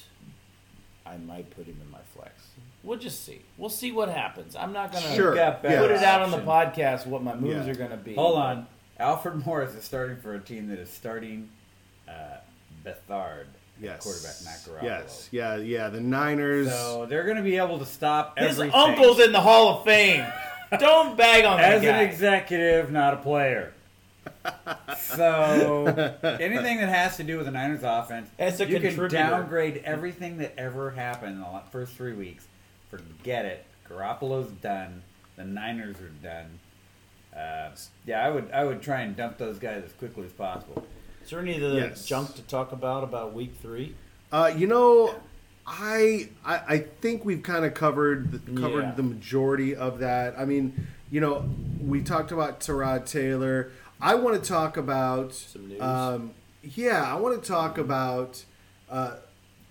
Speaker 4: I might put him in my flex. We'll just see. We'll see what happens. I'm not gonna
Speaker 7: Sure.
Speaker 5: got
Speaker 7: yeah.
Speaker 5: better.
Speaker 4: put it out on the
Speaker 5: Option.
Speaker 4: podcast what my moves
Speaker 7: Yeah.
Speaker 4: are gonna be.
Speaker 5: Hold on. Alfred Morris is starting for a team that is starting uh, Bethard,
Speaker 7: Yes.
Speaker 5: quarterback Matt Garoppolo.
Speaker 7: Yes. Yeah. Yeah. The Niners.
Speaker 5: So they're going to be able to stop
Speaker 4: His
Speaker 5: everything.
Speaker 4: uncle's in the Hall of Fame. Don't bag on that
Speaker 5: as
Speaker 4: guy.
Speaker 5: an executive, not a player. so anything that has to do with the Niners offense,
Speaker 4: As a
Speaker 5: you can
Speaker 4: contributor.
Speaker 5: downgrade everything that ever happened in the la- first three weeks. Forget it. Garoppolo's done. The Niners are done. Uh, yeah, I would I would try and dump those guys as quickly as possible.
Speaker 4: is there any of the
Speaker 7: Yes.
Speaker 4: junk to talk about about Week Three?
Speaker 7: Uh, you know, I, I I think we've kind of covered the, covered
Speaker 4: Yeah.
Speaker 7: the majority of that. I mean, you know, we talked about Terod Taylor. I want to talk about
Speaker 4: Some news.
Speaker 7: Um, yeah, I want to talk about uh,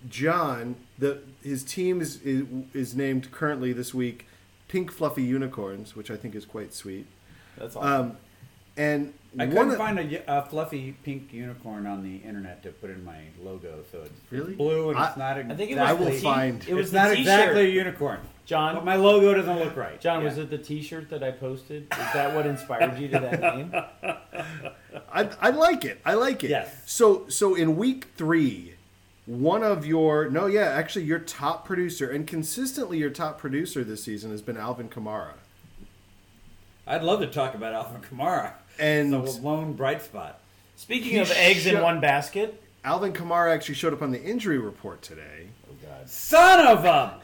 Speaker 7: John. The his team is, is is named currently this week Pink Fluffy Unicorns, which I think is quite sweet.
Speaker 4: That's all.
Speaker 7: Um, and
Speaker 5: I
Speaker 7: one
Speaker 5: couldn't
Speaker 7: of-
Speaker 5: find a, y- a fluffy pink unicorn on the internet to put in my logo, so it's
Speaker 7: Really?
Speaker 5: blue and it's
Speaker 7: I-
Speaker 5: not
Speaker 4: I think
Speaker 5: exactly.
Speaker 4: it was.
Speaker 7: I
Speaker 4: the
Speaker 7: will
Speaker 4: t-
Speaker 7: find-
Speaker 4: It was
Speaker 5: it's
Speaker 4: the
Speaker 5: not
Speaker 4: t-shirt.
Speaker 5: exactly a unicorn.
Speaker 4: John.
Speaker 5: But my logo doesn't look right.
Speaker 4: John,
Speaker 5: Yeah.
Speaker 4: was it the T-shirt that I posted? Is that what inspired you to that name?
Speaker 7: I, I like it. I like it.
Speaker 5: Yes.
Speaker 7: So so in week three, one of your no yeah actually your top producer and consistently your top producer this season has been Alvin Kamara.
Speaker 5: I'd love to talk about Alvin Kamara
Speaker 7: And-
Speaker 5: the lone bright spot.
Speaker 4: Speaking of eggs in
Speaker 7: sho-
Speaker 4: one basket,
Speaker 7: Alvin Kamara actually showed up on the injury report today.
Speaker 5: Son of a.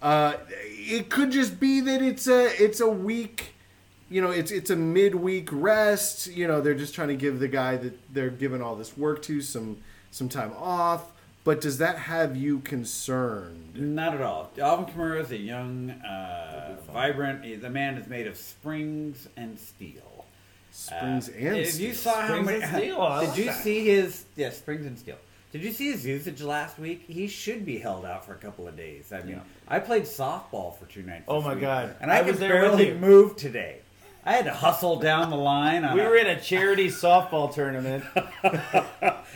Speaker 7: Uh, it could just be that it's a it's a week, you know, it's it's a midweek rest. You know, they're just trying to give the guy that they're giving all this work to some some time off. But does that have you concerned?
Speaker 5: Not at all. Alvin Kamara is a young, uh, vibrant. The man is made of springs and steel.
Speaker 7: Springs and
Speaker 5: Uh, if you saw how
Speaker 4: Springs
Speaker 5: many,
Speaker 4: and steel, I
Speaker 5: did
Speaker 4: like
Speaker 5: you
Speaker 4: that.
Speaker 5: see his? Yes, springs and steel. Did you see his usage last week? He should be held out for a couple of days. I mean, I played softball for two nights.
Speaker 4: Oh
Speaker 5: this
Speaker 4: my
Speaker 5: week,
Speaker 4: God.
Speaker 5: And
Speaker 4: I
Speaker 5: I, could
Speaker 4: was there with
Speaker 5: barely
Speaker 4: you.
Speaker 5: move today. I had to hustle down the line. On
Speaker 4: We
Speaker 5: a-
Speaker 4: were in a charity softball tournament.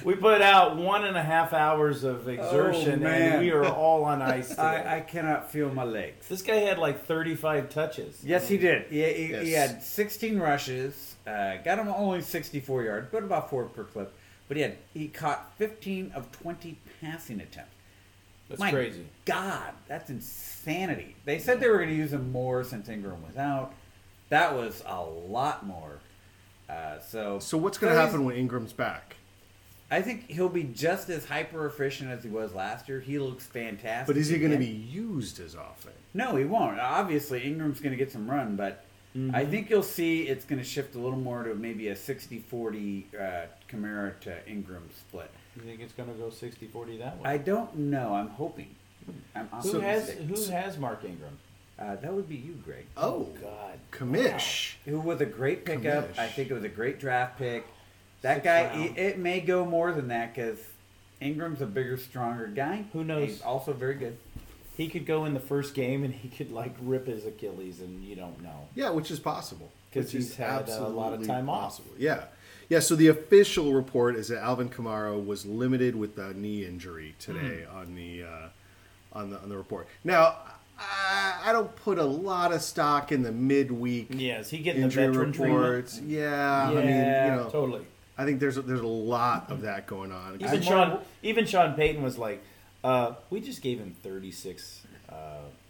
Speaker 4: we put out one and a half hours of exertion,
Speaker 5: Oh, man.
Speaker 4: and we are all on ice. Today.
Speaker 5: I, I cannot feel my legs.
Speaker 4: this guy had like 35 touches.
Speaker 5: Yes, he did. He, he, he
Speaker 7: Yes.
Speaker 5: had 16 rushes. Uh, got him only 64 yards, but about four per clip. But he had he caught 15 of 20 passing attempts.
Speaker 4: That's
Speaker 5: My
Speaker 4: crazy.
Speaker 5: God, that's insanity. They said they were going to use him more since Ingram was out. That was a lot more. Uh, so,
Speaker 7: So what's going to
Speaker 5: he's-
Speaker 7: happen when Ingram's back?
Speaker 5: I think he'll be just as hyper efficient as he was last year. He looks fantastic.
Speaker 7: But is he going to
Speaker 5: again.
Speaker 7: be used as often?
Speaker 5: No, he won't. Obviously, Ingram's going to get some run, but
Speaker 4: Mm-hmm.
Speaker 5: I think you'll see it's going to shift a little more to maybe a 60 40 uh, Kamara to Ingram split.
Speaker 4: You think it's going to go 60 40 that way?
Speaker 5: I don't know. I'm hoping. I'm
Speaker 4: who has
Speaker 5: optimistic.
Speaker 4: who has Mark Ingram?
Speaker 5: uh, that would be you, Greg.
Speaker 7: Oh,
Speaker 4: God.
Speaker 7: Kamish.
Speaker 5: Who was a great pickup.
Speaker 7: Kamish.
Speaker 5: I think it was a great draft pick. That
Speaker 4: Sixth
Speaker 5: guy,
Speaker 4: round.
Speaker 5: it, it may go more than that because Ingram's a bigger, stronger guy.
Speaker 4: Who knows?
Speaker 5: He's also very good.
Speaker 4: He could go in the first game and he could like rip his Achilles, and you don't know.
Speaker 7: Yeah, which is possible.
Speaker 4: 'Cause
Speaker 7: Which
Speaker 4: he's
Speaker 7: is
Speaker 4: had a lot of
Speaker 7: absolutely
Speaker 4: time off.
Speaker 7: Yeah. Yeah, so the official report is that Alvin Kamara was limited with a knee injury today
Speaker 4: Hmm.
Speaker 7: on the uh, on the on the report. Now, I, I don't put a lot of stock in the midweek
Speaker 4: Yeah, is he getting
Speaker 7: injury
Speaker 4: the veteran treatment?
Speaker 7: reports. Yeah, I
Speaker 4: yeah,
Speaker 7: mean, you know,
Speaker 4: totally.
Speaker 7: I think there's a, there's a lot of that going on.
Speaker 4: Even Sean, even Sean Payton was like, uh, "We just gave him 36 uh,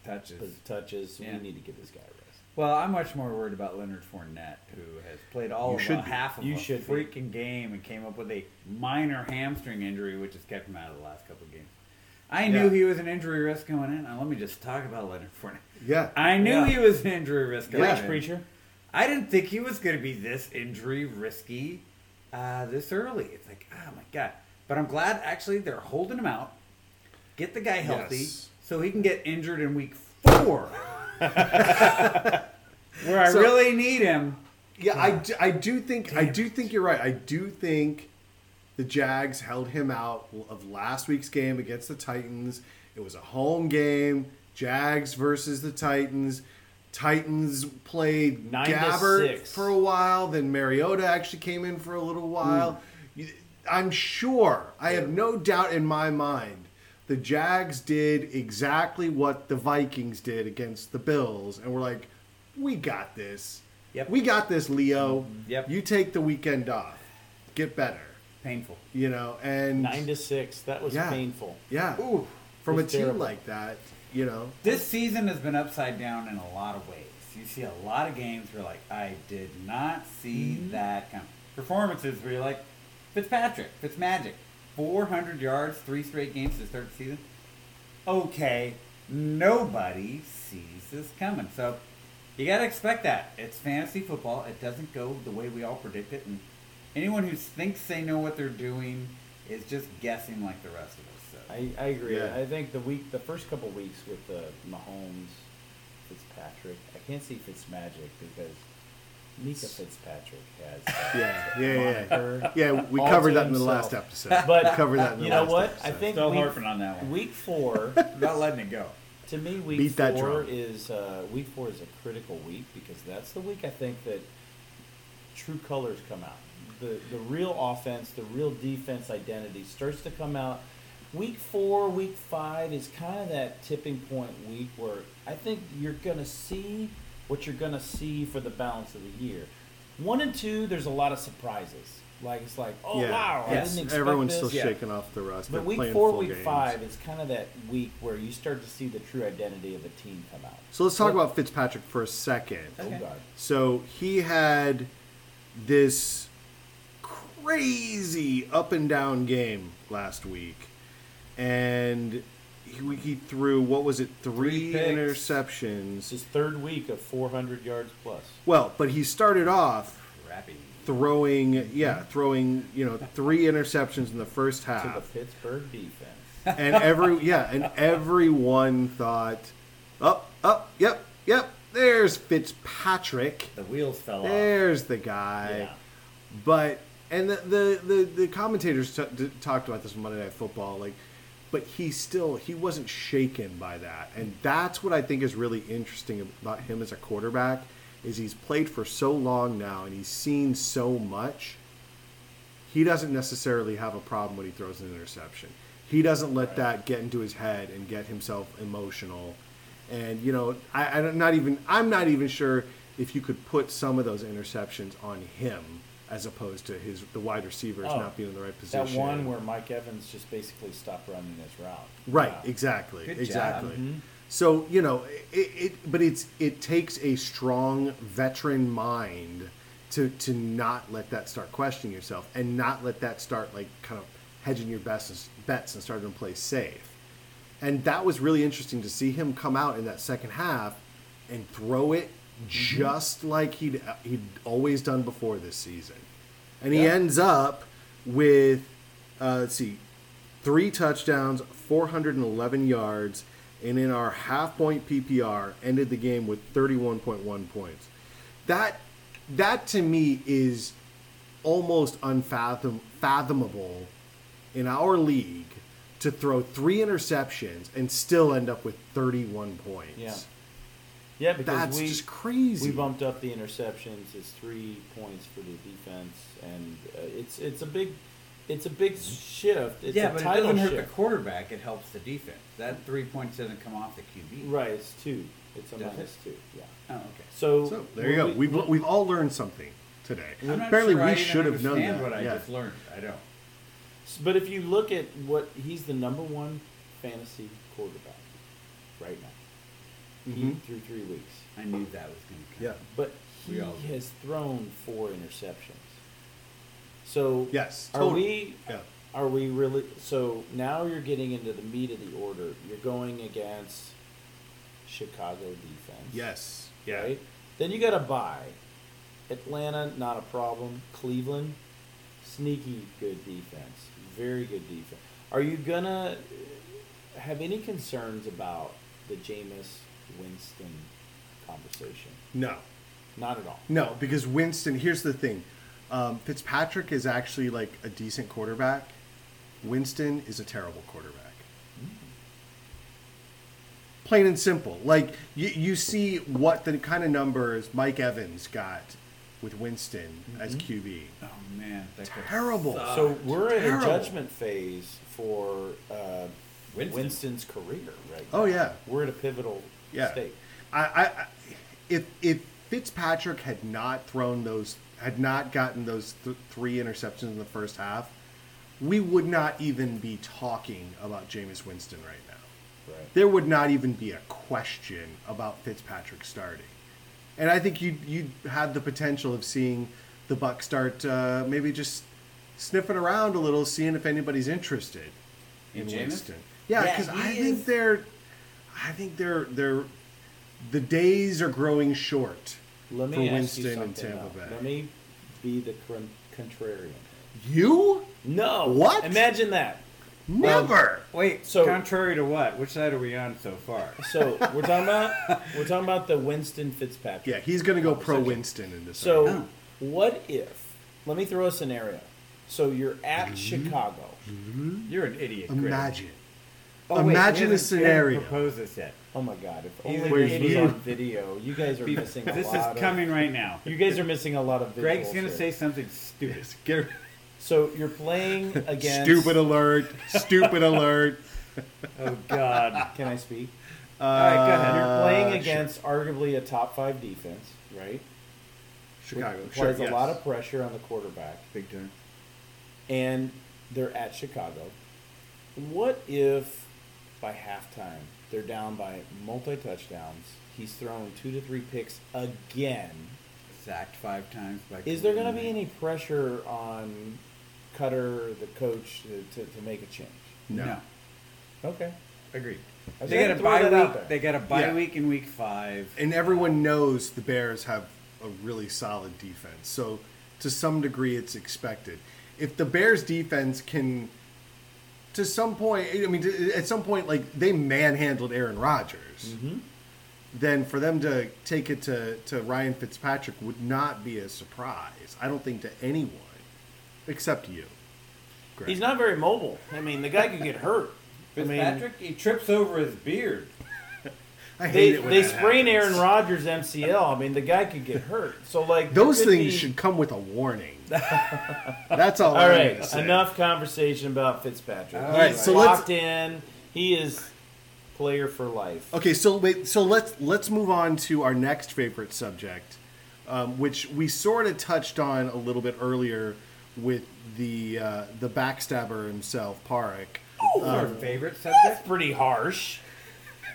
Speaker 5: Touches.
Speaker 4: p- touches.
Speaker 5: Yeah.
Speaker 4: We need to give this guy a rest."
Speaker 5: Well, I'm much more worried about Leonard Fournette, who has played all
Speaker 4: You
Speaker 5: of
Speaker 4: should
Speaker 5: a,
Speaker 4: be.
Speaker 5: half of
Speaker 4: You
Speaker 5: a
Speaker 4: should be.
Speaker 5: freaking game and came up with a minor hamstring injury, which has kept him out of the last couple of games. I knew
Speaker 7: Yeah.
Speaker 5: he was an injury risk going in. Now, let me just talk about Leonard Fournette.
Speaker 7: Yeah.
Speaker 5: I knew
Speaker 4: Yeah.
Speaker 5: he was an injury risk going
Speaker 4: Preach,
Speaker 5: in.
Speaker 4: preacher.
Speaker 5: I didn't think he was going to be this injury risky uh, this early. It's like, oh my god! But I'm glad actually they're holding him out. Get the guy healthy
Speaker 7: Yes.
Speaker 5: so he can get injured in week four, where I
Speaker 7: So-
Speaker 5: really need him.
Speaker 7: Yeah, I do, I do think I do think you're right. I do think the Jags held him out of last week's game against the Titans. It was a home game. Jags versus the Titans. Titans played
Speaker 4: Nine to
Speaker 7: Gabbert
Speaker 4: six.
Speaker 7: for a while, then Mariota actually came in for a little
Speaker 4: Mm.
Speaker 7: while. You- I'm sure, I have no doubt in my mind, the Jags did exactly what the Vikings did against the Bills, and we're like, we got this.
Speaker 5: Yep.
Speaker 7: We got this, Leo.
Speaker 4: Mm-hmm.
Speaker 5: Yep.
Speaker 7: You take the weekend off. Get better.
Speaker 5: Painful.
Speaker 7: You know, and
Speaker 4: Nine to six. That was
Speaker 7: Yeah.
Speaker 4: painful.
Speaker 7: yeah.
Speaker 5: Ooh,
Speaker 7: From a
Speaker 4: it's
Speaker 7: team
Speaker 4: terrible.
Speaker 7: like that, you know.
Speaker 5: This season has been upside down in a lot of ways. You see a lot of games where like I did not see
Speaker 4: Mm-hmm.
Speaker 5: that coming. Performances where you're like Fitzpatrick, Fitzmagic, 400 yards, three straight games to start the season. Okay, nobody sees this coming. So you got to expect that. It's fantasy football. It doesn't go the way we all predict it. And anyone who thinks they know what they're doing is just guessing like the rest of us. So.
Speaker 4: I, I agree.
Speaker 7: Yeah.
Speaker 4: I think the week, the first couple weeks with the Mahomes, Fitzpatrick. I can't see Fitzmagic because Mika Fitzpatrick has.
Speaker 7: Yeah, yeah, yeah.
Speaker 4: Moniker.
Speaker 7: Yeah, we
Speaker 4: All
Speaker 7: covered
Speaker 4: to
Speaker 7: that in the
Speaker 4: himself.
Speaker 7: last episode.
Speaker 4: But
Speaker 7: we covered that in the
Speaker 4: you know
Speaker 7: last
Speaker 4: what? I
Speaker 7: episode.
Speaker 4: think
Speaker 5: Still
Speaker 4: week-
Speaker 5: harping on that one.
Speaker 4: Week four.
Speaker 5: Not letting it go.
Speaker 4: To me, week
Speaker 7: Beat that
Speaker 4: four
Speaker 7: drum.
Speaker 4: is uh, week four is a critical week because that's the week I think that true colors come out. The the real offense, the real defense identity starts to come out. Week four, week five is kind of that tipping point week where I think you're gonna see what you're gonna see for the balance of the year. One and two, there's a lot of surprises. Like it's like, oh
Speaker 7: yeah.
Speaker 4: wow, I
Speaker 5: Yes,
Speaker 4: didn't expect
Speaker 7: Everyone's
Speaker 4: this.
Speaker 7: still
Speaker 5: Yeah.
Speaker 7: shaking off the rust. They're
Speaker 4: But week
Speaker 7: playing
Speaker 4: four,
Speaker 7: full
Speaker 4: week
Speaker 7: games.
Speaker 4: five is kind of that week where you start to see the true identity of a team come out.
Speaker 7: So let's talk about Fitzpatrick for a second.
Speaker 4: Oh God.
Speaker 7: So he had this crazy up and down game last week, and he, he threw what was it
Speaker 5: Three
Speaker 7: three,
Speaker 5: picks.
Speaker 4: It's
Speaker 7: interceptions?
Speaker 4: his third week of 400 yards plus.
Speaker 7: Well, but he started off
Speaker 5: Crappy.
Speaker 7: throwing, yeah, throwing you know three interceptions in the first
Speaker 4: To the
Speaker 7: half,
Speaker 4: Pittsburgh defense.
Speaker 7: and every yeah, and everyone thought, up, up, yep, yep, there's Fitzpatrick.
Speaker 5: The wheels fell off.
Speaker 7: There's the guy.
Speaker 4: Yeah.
Speaker 7: But And the the the, the commentators t- t- talked about this in Monday Night Football, like, but he still he wasn't shaken by that, and that's what I think is really interesting about him as a quarterback, is he's played for so long now and he's seen so much. He doesn't necessarily have a problem when he throws an interception. He doesn't let that get into his head and get himself emotional. And you know, I, I'm not even I'm not even sure if you could put some of those interceptions on him as opposed to his the wide receivers
Speaker 4: Oh,
Speaker 7: not being in the right position.
Speaker 4: That one where Mike Evans just basically stopped running his route.
Speaker 7: Right.
Speaker 4: Wow.
Speaker 7: Exactly.
Speaker 5: Good job. Mm-hmm.
Speaker 7: exactly. So you know, it, it. But it's it takes a strong veteran mind to to not let that start questioning yourself and not let that start like kind of hedging your bets bets and starting to play safe. And that was really interesting to see him come out in that second half and throw it
Speaker 5: Mm-hmm.
Speaker 7: just like he'd he'd always done before this season, and he ends up with uh, let's see three touchdowns, 411 yards, and in our half point PPR ended the game with 31.1 points. That that to me is almost unfathom fathomable in our league to throw three interceptions and still end up with 31 points.
Speaker 4: Yeah. Yeah, because
Speaker 7: That's
Speaker 4: we
Speaker 7: just crazy.
Speaker 4: we bumped up the interceptions. It's three points for the defense, and uh, it's it's a big it's a
Speaker 7: Mm-hmm.
Speaker 4: big shift. It's
Speaker 5: yeah,
Speaker 4: a
Speaker 5: but it
Speaker 4: title
Speaker 5: doesn't hurt
Speaker 4: shift.
Speaker 5: the quarterback. It helps the defense. That three points doesn't come off the QB.
Speaker 4: Right, it's two. It's a
Speaker 5: Does it?
Speaker 4: minus two. Yeah.
Speaker 5: Oh, okay.
Speaker 4: So,
Speaker 7: So there you go.
Speaker 4: when we-
Speaker 7: We've, we've all learned something today.
Speaker 5: I'm not
Speaker 7: Apparently,
Speaker 5: sure I
Speaker 7: we
Speaker 5: even
Speaker 7: should have known
Speaker 5: understand
Speaker 7: that.
Speaker 5: what I
Speaker 7: yeah.
Speaker 5: just learned. I don't.
Speaker 4: but if you look at what he's the number one fantasy quarterback right now,
Speaker 7: Mm-hmm.
Speaker 4: he, through three weeks.
Speaker 5: I knew that was going to come.
Speaker 7: yeah.
Speaker 4: But
Speaker 5: We
Speaker 4: he
Speaker 5: all do.
Speaker 4: has thrown four interceptions. So
Speaker 7: Yes,
Speaker 4: are
Speaker 7: totally.
Speaker 4: we?
Speaker 7: Yeah.
Speaker 4: Are we really? So now you're getting into the meat of the order. You're going against Chicago defense.
Speaker 7: Yes. Yeah.
Speaker 4: Right. Then you got to buy. Atlanta, not a problem. Cleveland, sneaky good defense. Very good defense. Are you gonna have any concerns about the Jameis Winston conversation?
Speaker 7: No.
Speaker 4: Not at all.
Speaker 7: No, because Winston. Here's the thing: um, Fitzpatrick is actually like a decent quarterback. Winston is a terrible quarterback. Plain and simple. Like you, you see what the kind of numbers Mike Evans got with Winston as QB.
Speaker 5: Oh man, that could
Speaker 7: Terrible.
Speaker 5: suck.
Speaker 4: So we're at a
Speaker 7: Uh, terrible.
Speaker 4: judgment phase for uh,
Speaker 5: Winston.
Speaker 4: Winston's career right now.
Speaker 7: Oh yeah,
Speaker 4: We're at a pivotal
Speaker 7: yeah.
Speaker 4: state.
Speaker 7: I, I, I, if if Fitzpatrick had not thrown those, had not gotten those th- three interceptions in the first half, we would not even be talking about Jameis Winston right now.
Speaker 4: Right.
Speaker 7: There would not even be a question about Fitzpatrick starting, and I think you you had the potential of seeing the Buck start uh, maybe just sniffing around a little, seeing if anybody's interested
Speaker 5: In
Speaker 7: in
Speaker 5: Jameis?
Speaker 7: Winston. Yeah,
Speaker 5: Yeah,
Speaker 7: because
Speaker 5: he
Speaker 7: I
Speaker 5: is-
Speaker 7: think they're, I think they're they're, the days are growing short
Speaker 4: Let me
Speaker 7: for
Speaker 4: ask
Speaker 7: Winston
Speaker 4: you
Speaker 7: and
Speaker 4: something.
Speaker 7: Tampa
Speaker 4: though.
Speaker 7: Bay.
Speaker 4: Let me be the con- contrarian.
Speaker 7: you
Speaker 4: No.
Speaker 7: What?
Speaker 4: Imagine that.
Speaker 7: never.
Speaker 5: Wait,
Speaker 4: So-
Speaker 5: contrary to what? Which side are we on so far?
Speaker 4: So we're talking about we're talking about the Winston Fitzpatrick.
Speaker 7: yeah, he's gonna go pro Winston in this.
Speaker 4: So
Speaker 7: round.
Speaker 4: what if? Let me throw a scenario. So you're at
Speaker 7: Mm-hmm.
Speaker 4: Chicago.
Speaker 5: You're an idiot. Greg.
Speaker 7: imagine
Speaker 5: Oh, wait, we
Speaker 7: imagine a
Speaker 5: haven't- we haven't
Speaker 7: scenario.
Speaker 5: proposed this yet.
Speaker 4: Oh my God! If
Speaker 5: He's
Speaker 4: only
Speaker 5: an
Speaker 4: this was
Speaker 5: idiot.
Speaker 4: on video. You guys are missing a
Speaker 5: This
Speaker 4: lot.
Speaker 5: is
Speaker 4: of-
Speaker 5: coming right now.
Speaker 4: You guys are missing a lot of.
Speaker 5: Greg's
Speaker 4: visuals
Speaker 5: gonna
Speaker 4: here.
Speaker 5: say something stupid.
Speaker 7: Get-
Speaker 4: So you're playing against.
Speaker 7: stupid alert! Stupid alert!
Speaker 5: Oh God!
Speaker 4: Can I speak?
Speaker 5: All right, go ahead.
Speaker 4: You're
Speaker 7: Uh,
Speaker 4: playing
Speaker 7: sure.
Speaker 4: against arguably a top five defense, right?
Speaker 7: Chicago
Speaker 4: Which
Speaker 7: sure,
Speaker 4: applies
Speaker 7: yes.
Speaker 4: a lot of pressure on the quarterback,
Speaker 5: Big turn.
Speaker 4: and they're at Chicago. What if by halftime they're down by multi touchdowns? He's thrown two to three picks again.
Speaker 5: Sacked five times by.
Speaker 4: Is there
Speaker 5: Cleveland.
Speaker 4: going to be any pressure on Cutter, the coach, to, to, to make a change?
Speaker 5: No.
Speaker 4: Okay.
Speaker 5: Agreed.
Speaker 4: I was
Speaker 5: They
Speaker 4: gonna
Speaker 5: got a
Speaker 4: throw
Speaker 5: bye
Speaker 4: that out
Speaker 5: week.
Speaker 4: there.
Speaker 5: They got a bye
Speaker 7: Yeah.
Speaker 5: week in week five.
Speaker 7: and everyone knows the Bears have a really solid defense. So to some degree, it's expected. If the Bears defense can, to some point, I mean, to- at some point, like they manhandled Aaron Rodgers,
Speaker 4: Mm-hmm.
Speaker 7: then for them to take it to, to Ryan Fitzpatrick would not be a surprise. I don't think to anyone. except you. Greg.
Speaker 4: He's not very mobile. I mean, the guy could get hurt. I mean,
Speaker 5: Fitzpatrick, he trips over his beard.
Speaker 7: I hate
Speaker 4: they
Speaker 7: it when
Speaker 4: they
Speaker 7: that
Speaker 4: sprain
Speaker 7: happens.
Speaker 4: Aaron Rodgers MCL. I mean, the guy could get hurt. So like there
Speaker 7: Those
Speaker 4: could
Speaker 7: things
Speaker 4: be-
Speaker 7: should come with a warning. That's all.
Speaker 4: All
Speaker 7: I'm
Speaker 4: right,
Speaker 7: gonna say.
Speaker 4: enough conversation about Fitzpatrick.
Speaker 5: All
Speaker 4: He's
Speaker 5: right,
Speaker 7: so let's-
Speaker 4: locked in. He is player for life.
Speaker 7: Okay, so wait, so let's let's move on to our next favorite subject, um, which we sort of touched on a little bit earlier with the uh, the backstabber himself, Parik.
Speaker 5: It's our favorite subject.
Speaker 4: Pretty harsh.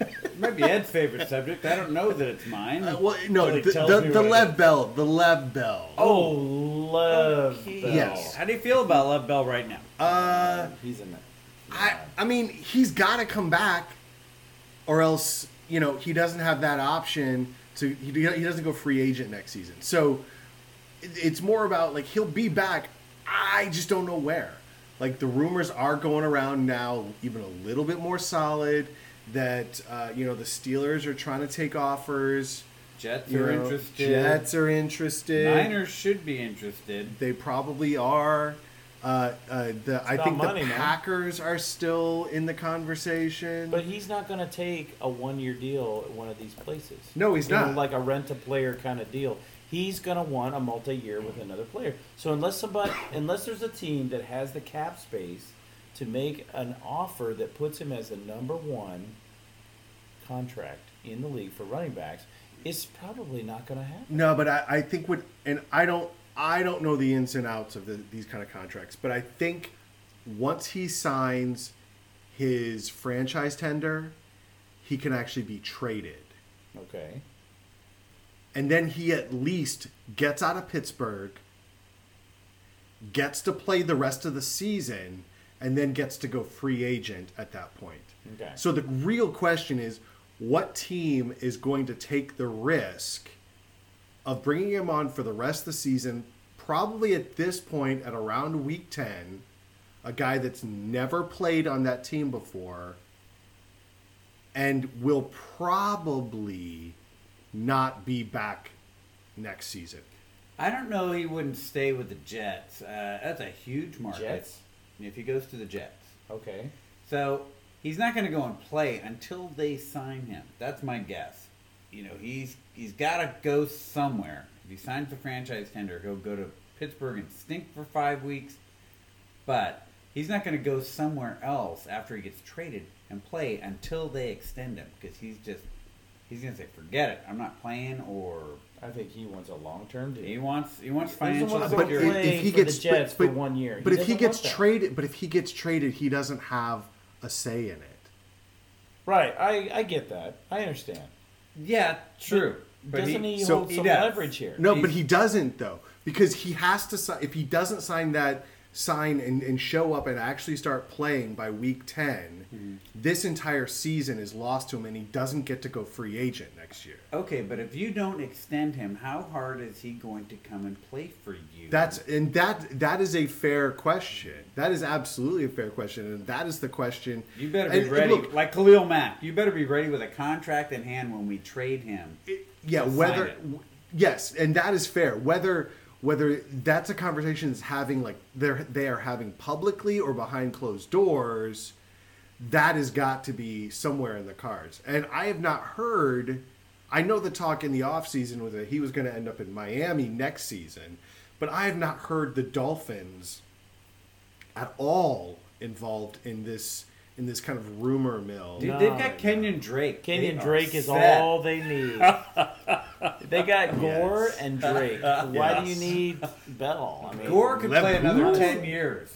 Speaker 5: It might be Ed's favorite subject. I don't know that it's mine.
Speaker 7: Uh, well, no,
Speaker 4: Really
Speaker 7: the,
Speaker 4: tells
Speaker 7: the,
Speaker 4: me
Speaker 7: the
Speaker 4: what it
Speaker 7: Lev Bell, the Lev Bell.
Speaker 4: Oh, love.
Speaker 5: Okay.
Speaker 4: Bell.
Speaker 7: Yes.
Speaker 5: How do you feel about Love Bell right now?
Speaker 4: He's in that.
Speaker 7: I I mean, he's got to come back, or else you know he doesn't have that option to he, he doesn't go free agent next season. So it- it's more about like he'll be back. I just don't know where. Like the rumors are going around now, even a little bit more solid that uh, you know the Steelers are trying to take offers.
Speaker 5: Jets
Speaker 7: You
Speaker 5: are
Speaker 7: know,
Speaker 5: interested.
Speaker 7: Jets are interested.
Speaker 5: Niners should be interested.
Speaker 7: They probably are. Uh, uh, the, I
Speaker 4: about
Speaker 7: think
Speaker 4: money,
Speaker 7: the
Speaker 4: man.
Speaker 7: Packers are still in the conversation.
Speaker 4: But he's not going to take a one-year deal at one of these places.
Speaker 7: No, he's
Speaker 4: You know,
Speaker 7: not.
Speaker 4: like a rent-a-player kind of deal. He's going to want a multi-year with another player. So unless somebody, unless there's a team that has the cap space to make an offer that puts him as the number one contract in the league for running backs, it's probably not going to happen.
Speaker 7: no, but I, I think what, and I don't, I don't know the ins and outs of the, these kind of contracts. But I think once he signs his franchise tender, he can actually be traded,
Speaker 4: Okay.
Speaker 7: and then he at least gets out of Pittsburgh, gets to play the rest of the season, and then gets to go free agent at that point.
Speaker 4: Okay.
Speaker 7: So the real question is, what team is going to take the risk? of bringing him on for the rest of the season, probably at this point at around week 10, a guy that's never played on that team before and will probably not be back next season.
Speaker 5: I don't know. He wouldn't stay with the Jets. Uh, that's a huge market.
Speaker 4: Jets?
Speaker 5: If he goes to the Jets,
Speaker 4: Okay.
Speaker 5: so he's not going to go and play until they sign him. That's my guess. You know, he's he's got to go somewhere. If he signs the franchise tender, he'll go to Pittsburgh and stink for five weeks. But he's not going to go somewhere else after he gets traded and play until they extend him because he's just he's going to say, "Forget it, I'm not playing." Or
Speaker 4: I think he wants a long-term deal.
Speaker 5: he wants he wants
Speaker 4: He's the one
Speaker 5: financial
Speaker 4: that's
Speaker 7: But
Speaker 4: But
Speaker 5: security.
Speaker 7: if,
Speaker 4: you're
Speaker 7: if he
Speaker 4: playing for the
Speaker 7: gets
Speaker 4: Jets
Speaker 7: but,
Speaker 4: for one year.
Speaker 7: but
Speaker 4: He
Speaker 7: if he
Speaker 4: doesn't
Speaker 7: gets
Speaker 4: want that.
Speaker 7: traded, but if he gets traded, he doesn't have a say in it.
Speaker 4: Right. I, I get that. I understand.
Speaker 5: Yeah, true. But
Speaker 4: Doesn't he,
Speaker 7: so-
Speaker 4: hold
Speaker 5: he
Speaker 4: some
Speaker 5: does.
Speaker 4: leverage here?
Speaker 7: No, but
Speaker 5: He's-
Speaker 7: he doesn't though, because he has to sign. If he doesn't sign that sign and, and show up and actually start playing by week 10
Speaker 4: Mm-hmm.
Speaker 7: this entire season is lost to him, and he doesn't get to go free agent next year.
Speaker 5: Okay, but if you don't extend him, how hard is he going to come and play for you?
Speaker 7: That's and that that is a fair question. That is absolutely a fair question, and that is the question.
Speaker 5: you better
Speaker 7: and-
Speaker 5: be
Speaker 7: and
Speaker 5: ready,
Speaker 7: look,
Speaker 5: like Khalil Mack. You better be ready with a contract in hand when we trade him.
Speaker 7: yeah
Speaker 5: Sign
Speaker 7: whether
Speaker 5: it.
Speaker 7: w- yes and that is fair whether whether that's a conversation is having like they're they are having publicly or behind closed doors that has got to be somewhere in the cards and i have not heard i know the talk in the offseason was that he was going to end up in miami next season but i have not heard the dolphins at all involved in this in this kind of rumor mill
Speaker 5: Dude, they've got Kenyon Drake.
Speaker 4: Kenyon
Speaker 5: They are
Speaker 4: Drake is
Speaker 5: set.
Speaker 4: all they need. they got Gore
Speaker 7: Yes.
Speaker 4: and Drake. Why do you need Bell? I mean,
Speaker 5: Gore could
Speaker 7: Lev-
Speaker 5: play another
Speaker 7: Ooh.
Speaker 5: ten years.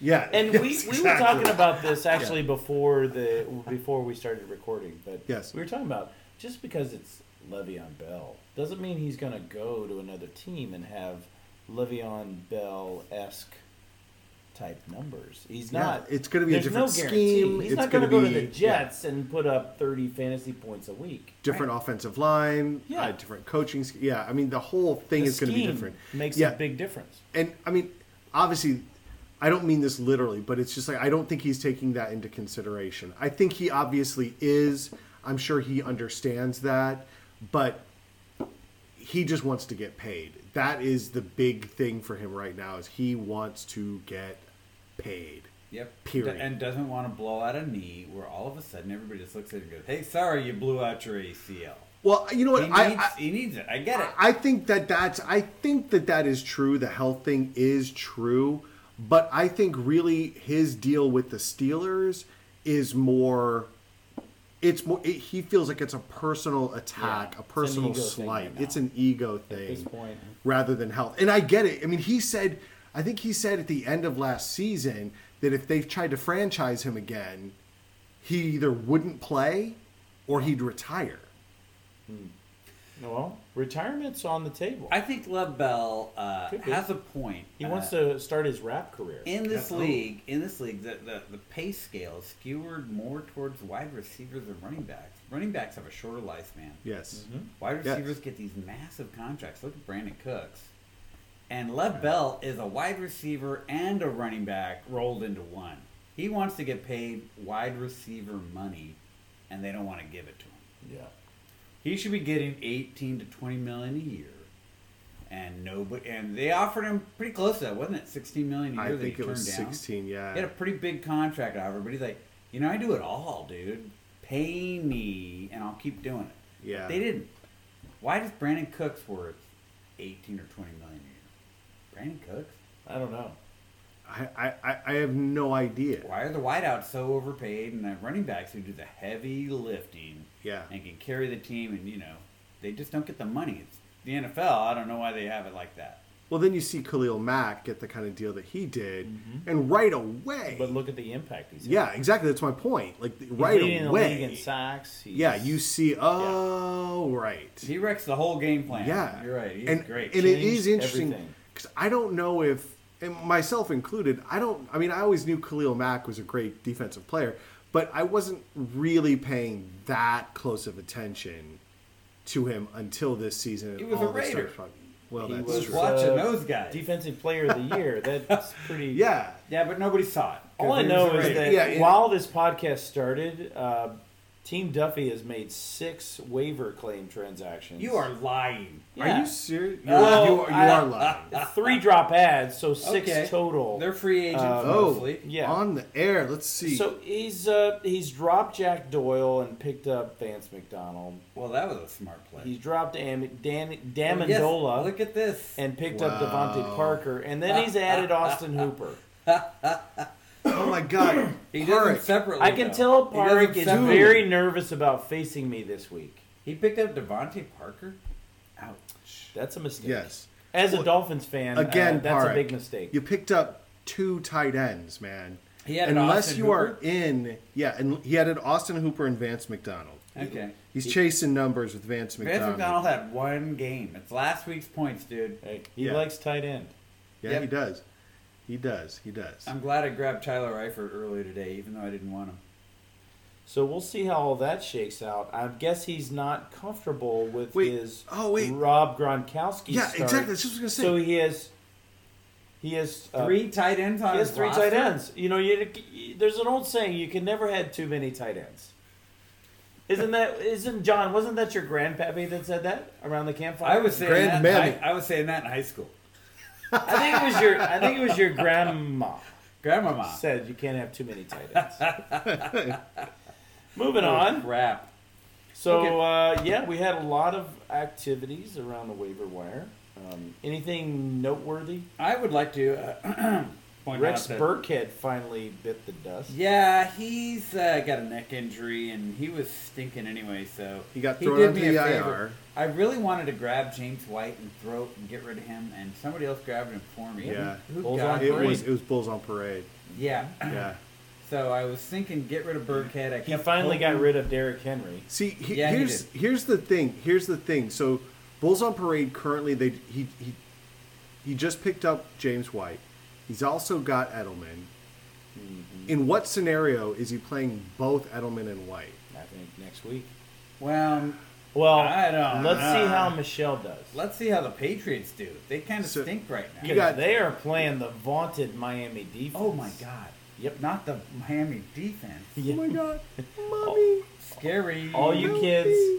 Speaker 7: yeah
Speaker 4: And we,
Speaker 7: yes,
Speaker 4: we were
Speaker 7: exactly.
Speaker 4: talking about this actually before the before we started recording, but
Speaker 7: Yes.
Speaker 4: we were talking about just because it's Le'Veon Bell doesn't mean he's going to go to another team and have Le'Veon Bell esque type numbers. He's
Speaker 7: Yeah,
Speaker 4: not.
Speaker 7: it's gonna be a
Speaker 4: there's
Speaker 7: different
Speaker 4: guarantee.
Speaker 7: scheme.
Speaker 4: He's
Speaker 7: It's
Speaker 4: not going to go
Speaker 7: gonna
Speaker 4: to the
Speaker 7: be- yeah.
Speaker 4: Jets and put up thirty fantasy points a week.
Speaker 7: different offensive line,
Speaker 4: Yeah.
Speaker 7: uh, different coaching. sch- Yeah, I mean the whole thing
Speaker 4: The
Speaker 7: is going to be
Speaker 4: scheme
Speaker 7: different.
Speaker 4: Makes
Speaker 7: yeah,
Speaker 4: a big difference.
Speaker 7: and I mean, obviously, I don't mean this literally, but it's just like I don't think he's taking that into consideration. I think he obviously is. I'm sure he understands that, but he just wants to get paid. That is the big thing for him right now is he wants to get paid.
Speaker 5: Yep.
Speaker 7: Period.
Speaker 5: And doesn't want to blow out a knee where all of a sudden everybody just looks at him and goes, "Hey, sorry, you blew out your ACL."
Speaker 7: Well, you know
Speaker 5: He
Speaker 7: what?
Speaker 5: needs,
Speaker 7: I, I,
Speaker 5: he needs it. I get it.
Speaker 7: I think that that's I think that that is true. The health thing is true, but I think really his deal with the Steelers is more. It's more. It, he feels like it's a personal attack, a personal
Speaker 4: ego thing
Speaker 7: slight.
Speaker 4: right now.
Speaker 7: it's an ego thing
Speaker 4: this point.
Speaker 7: rather than health. And I get it. I mean, he said. I think he said at the end of last season that if they've tried to franchise him again, he either wouldn't play or he'd retire.
Speaker 4: Well, retirement's on the table.
Speaker 5: I think LaBelle uh,
Speaker 4: Could be.
Speaker 5: has a point.
Speaker 4: he
Speaker 5: uh,
Speaker 4: wants to start his rap career.
Speaker 5: in this
Speaker 4: Absolutely.
Speaker 5: league. In this league, the, the the pay scale is skewered more towards wide receivers than running backs. Running backs have a shorter lifespan.
Speaker 7: Yes.
Speaker 4: Mm-hmm.
Speaker 5: Wide
Speaker 7: Yes.
Speaker 5: receivers get these massive contracts. Look at Brandon Cooks. And Lev Bell is a wide receiver and a running back rolled into one. He wants to get paid wide receiver money, and they don't want to give it to him.
Speaker 4: Yeah.
Speaker 5: He should be getting 18 to 20 million a year. And nobody, and they offered him pretty close to that, wasn't it? 16 million a
Speaker 7: I
Speaker 5: year that he
Speaker 7: think it
Speaker 5: turned
Speaker 7: was
Speaker 5: down.
Speaker 7: 16, yeah.
Speaker 5: He had a pretty big contract offer, but he's like, you know, I do it all, dude. Pay me, and I'll keep doing it.
Speaker 7: Yeah.
Speaker 5: They didn't. Why does Brandon Cooks worth 18 or 20 million a year? Brandon Cooks?
Speaker 4: I don't know.
Speaker 7: I, I, I- I have no idea.
Speaker 5: Why are the wideouts so overpaid and the running backs who do the heavy lifting
Speaker 7: Yeah.
Speaker 5: and can carry the team and, you know, they just don't get the money? It's the NFL. I don't know why they have it like that.
Speaker 7: Well, then you see Khalil Mack get the kind of deal that he did, and right away.
Speaker 4: But look at the impact he's
Speaker 7: yeah, exactly. That's my point. Like
Speaker 4: He's
Speaker 7: right
Speaker 4: leading The league
Speaker 7: away.
Speaker 4: in sacks. He's-
Speaker 7: yeah, you see. Oh, right.
Speaker 5: He wrecks the whole game plan.
Speaker 7: Yeah,
Speaker 5: You're right. He's
Speaker 7: and
Speaker 5: great.
Speaker 7: and it
Speaker 4: Changed
Speaker 7: is interesting
Speaker 4: everything.
Speaker 7: because I don't know if and myself included. I don't. I mean, I always knew Khalil Mack was a great defensive player, but I wasn't really paying that close of attention to him until this season.
Speaker 5: He
Speaker 7: and
Speaker 5: was a
Speaker 7: all this
Speaker 5: Raider.
Speaker 7: stuff. Well,
Speaker 4: He
Speaker 7: that's
Speaker 4: was
Speaker 7: true.
Speaker 5: wa- Watching
Speaker 4: uh,
Speaker 5: those guys.
Speaker 4: Defensive player of the year. That's pretty.
Speaker 7: yeah,
Speaker 5: yeah, but nobody saw it. 'cause
Speaker 4: All I
Speaker 5: he was
Speaker 4: know
Speaker 5: a
Speaker 4: is
Speaker 5: Raider.
Speaker 4: that
Speaker 7: Yeah, it-
Speaker 4: while this podcast started, uh, Team Duffy has made six waiver claim transactions.
Speaker 5: You are lying.
Speaker 4: Yeah.
Speaker 7: Are you serious? You,
Speaker 4: Well,
Speaker 7: are, you, are, you
Speaker 4: Oh, I-
Speaker 7: are lying.
Speaker 4: Uh, three drop ads, so six
Speaker 5: Okay.
Speaker 4: total.
Speaker 5: They're free agents
Speaker 7: oh,
Speaker 5: mostly.
Speaker 4: yeah.
Speaker 7: on the air. Let's see.
Speaker 4: so he's uh, he's dropped Jack Doyle and picked up Vance McDonald.
Speaker 5: Well, that was a smart play.
Speaker 4: He's dropped Am-
Speaker 7: Oh,
Speaker 4: Dan-
Speaker 5: Well, yes,
Speaker 4: Damondola
Speaker 5: look at this.
Speaker 4: and picked up
Speaker 7: Wow.
Speaker 4: Devontae Parker, and then he's added Austin Hooper.
Speaker 7: oh my God,
Speaker 5: he does them
Speaker 7: Park.
Speaker 5: separately.
Speaker 4: I can
Speaker 5: though.
Speaker 4: tell
Speaker 5: He does them
Speaker 4: Park is
Speaker 5: separately.
Speaker 4: very nervous about facing me this week.
Speaker 5: He picked up Devontae Parker. Ouch.
Speaker 4: That's a mistake.
Speaker 7: Yes.
Speaker 4: As a
Speaker 7: Well,
Speaker 4: Dolphins fan,
Speaker 7: Again,
Speaker 4: uh, that's a
Speaker 7: Park,
Speaker 4: big mistake.
Speaker 7: You picked up two tight ends, man.
Speaker 5: He added
Speaker 7: Unless
Speaker 5: Austin
Speaker 7: you are in, yeah, and he added Austin Hooper and Vance McDonald.
Speaker 5: Okay.
Speaker 7: He's chasing numbers with Vance
Speaker 5: Vance
Speaker 7: McDonald.
Speaker 5: McDonald had one game. It's last week's points, dude.
Speaker 4: Hey, he
Speaker 7: Yeah.
Speaker 4: likes tight end.
Speaker 7: Yeah,
Speaker 5: Yep. Um,
Speaker 7: he does. He does. He does.
Speaker 5: I'm glad I grabbed Tyler Eifert earlier today, even though I didn't want him.
Speaker 4: So we'll see how all that shakes out. I guess he's not comfortable with
Speaker 7: Wait.
Speaker 4: his
Speaker 7: Oh, wait.
Speaker 4: Rob Gronkowski.
Speaker 7: yeah,
Speaker 4: start.
Speaker 7: exactly. That's what I was gonna say.
Speaker 4: So he has he has uh,
Speaker 5: Three tight ends on
Speaker 4: He has
Speaker 5: his
Speaker 4: three
Speaker 5: roster?
Speaker 4: tight ends. You know, you, there's an old saying: you can never have too many tight ends. Isn't that? Isn't John? Wasn't that your grandpappy that said that around the campfire?
Speaker 5: I was saying
Speaker 7: Grand
Speaker 5: that. in
Speaker 7: Mammy.
Speaker 5: high- I, was saying that in high school.
Speaker 4: I think it was your. I think it was your grandma
Speaker 5: Grandmama.
Speaker 4: said you can't have too many tight ends. Moving on.
Speaker 5: Crap.
Speaker 4: So uh, yeah, we had a lot of activities around the waiver wire. Um, anything noteworthy?
Speaker 5: I would like to uh, point
Speaker 4: Rex
Speaker 5: out that
Speaker 4: Burkhead finally bit the dust.
Speaker 5: Yeah, he's uh, got a neck injury, and he was stinking anyway. So
Speaker 7: He got thrown
Speaker 5: did
Speaker 7: onto
Speaker 5: me a
Speaker 7: the
Speaker 5: favor.
Speaker 7: IR.
Speaker 5: I really wanted to grab James White and throw and get rid of him, and somebody else grabbed him for me.
Speaker 7: Yeah.
Speaker 5: who, who
Speaker 4: Bulls
Speaker 5: got
Speaker 4: on
Speaker 7: it
Speaker 5: him?
Speaker 4: parade.
Speaker 7: was it was Bulls on Parade.
Speaker 5: Yeah.
Speaker 7: Yeah.
Speaker 5: So I was thinking, get rid of Burkhead. I
Speaker 4: He
Speaker 5: kept
Speaker 4: finally got
Speaker 5: hoping-
Speaker 4: rid of Derrick Henry.
Speaker 7: See, he,
Speaker 5: Yeah, he
Speaker 7: here's
Speaker 5: did.
Speaker 7: here's the thing. Here's the thing. So, Bulls on Parade currently they he he he just picked up James White. He's also got Edelman.
Speaker 5: Mm-hmm.
Speaker 7: In what scenario is he playing both Edelman and White?
Speaker 4: I think next week.
Speaker 5: Well,
Speaker 4: Well,
Speaker 5: I don't
Speaker 4: Oh, let's
Speaker 5: know.
Speaker 4: see how Michelle does.
Speaker 5: let's see how the Patriots do. They kind of
Speaker 7: So-
Speaker 5: stink right now.
Speaker 7: You
Speaker 4: Because
Speaker 7: got-
Speaker 4: they are playing the vaunted Miami defense.
Speaker 5: oh my God.
Speaker 4: Yep.
Speaker 5: Not the Miami defense.
Speaker 4: Yeah.
Speaker 7: Oh my god, mommy!
Speaker 5: Scary.
Speaker 4: All you
Speaker 7: Help
Speaker 4: kids,
Speaker 7: me.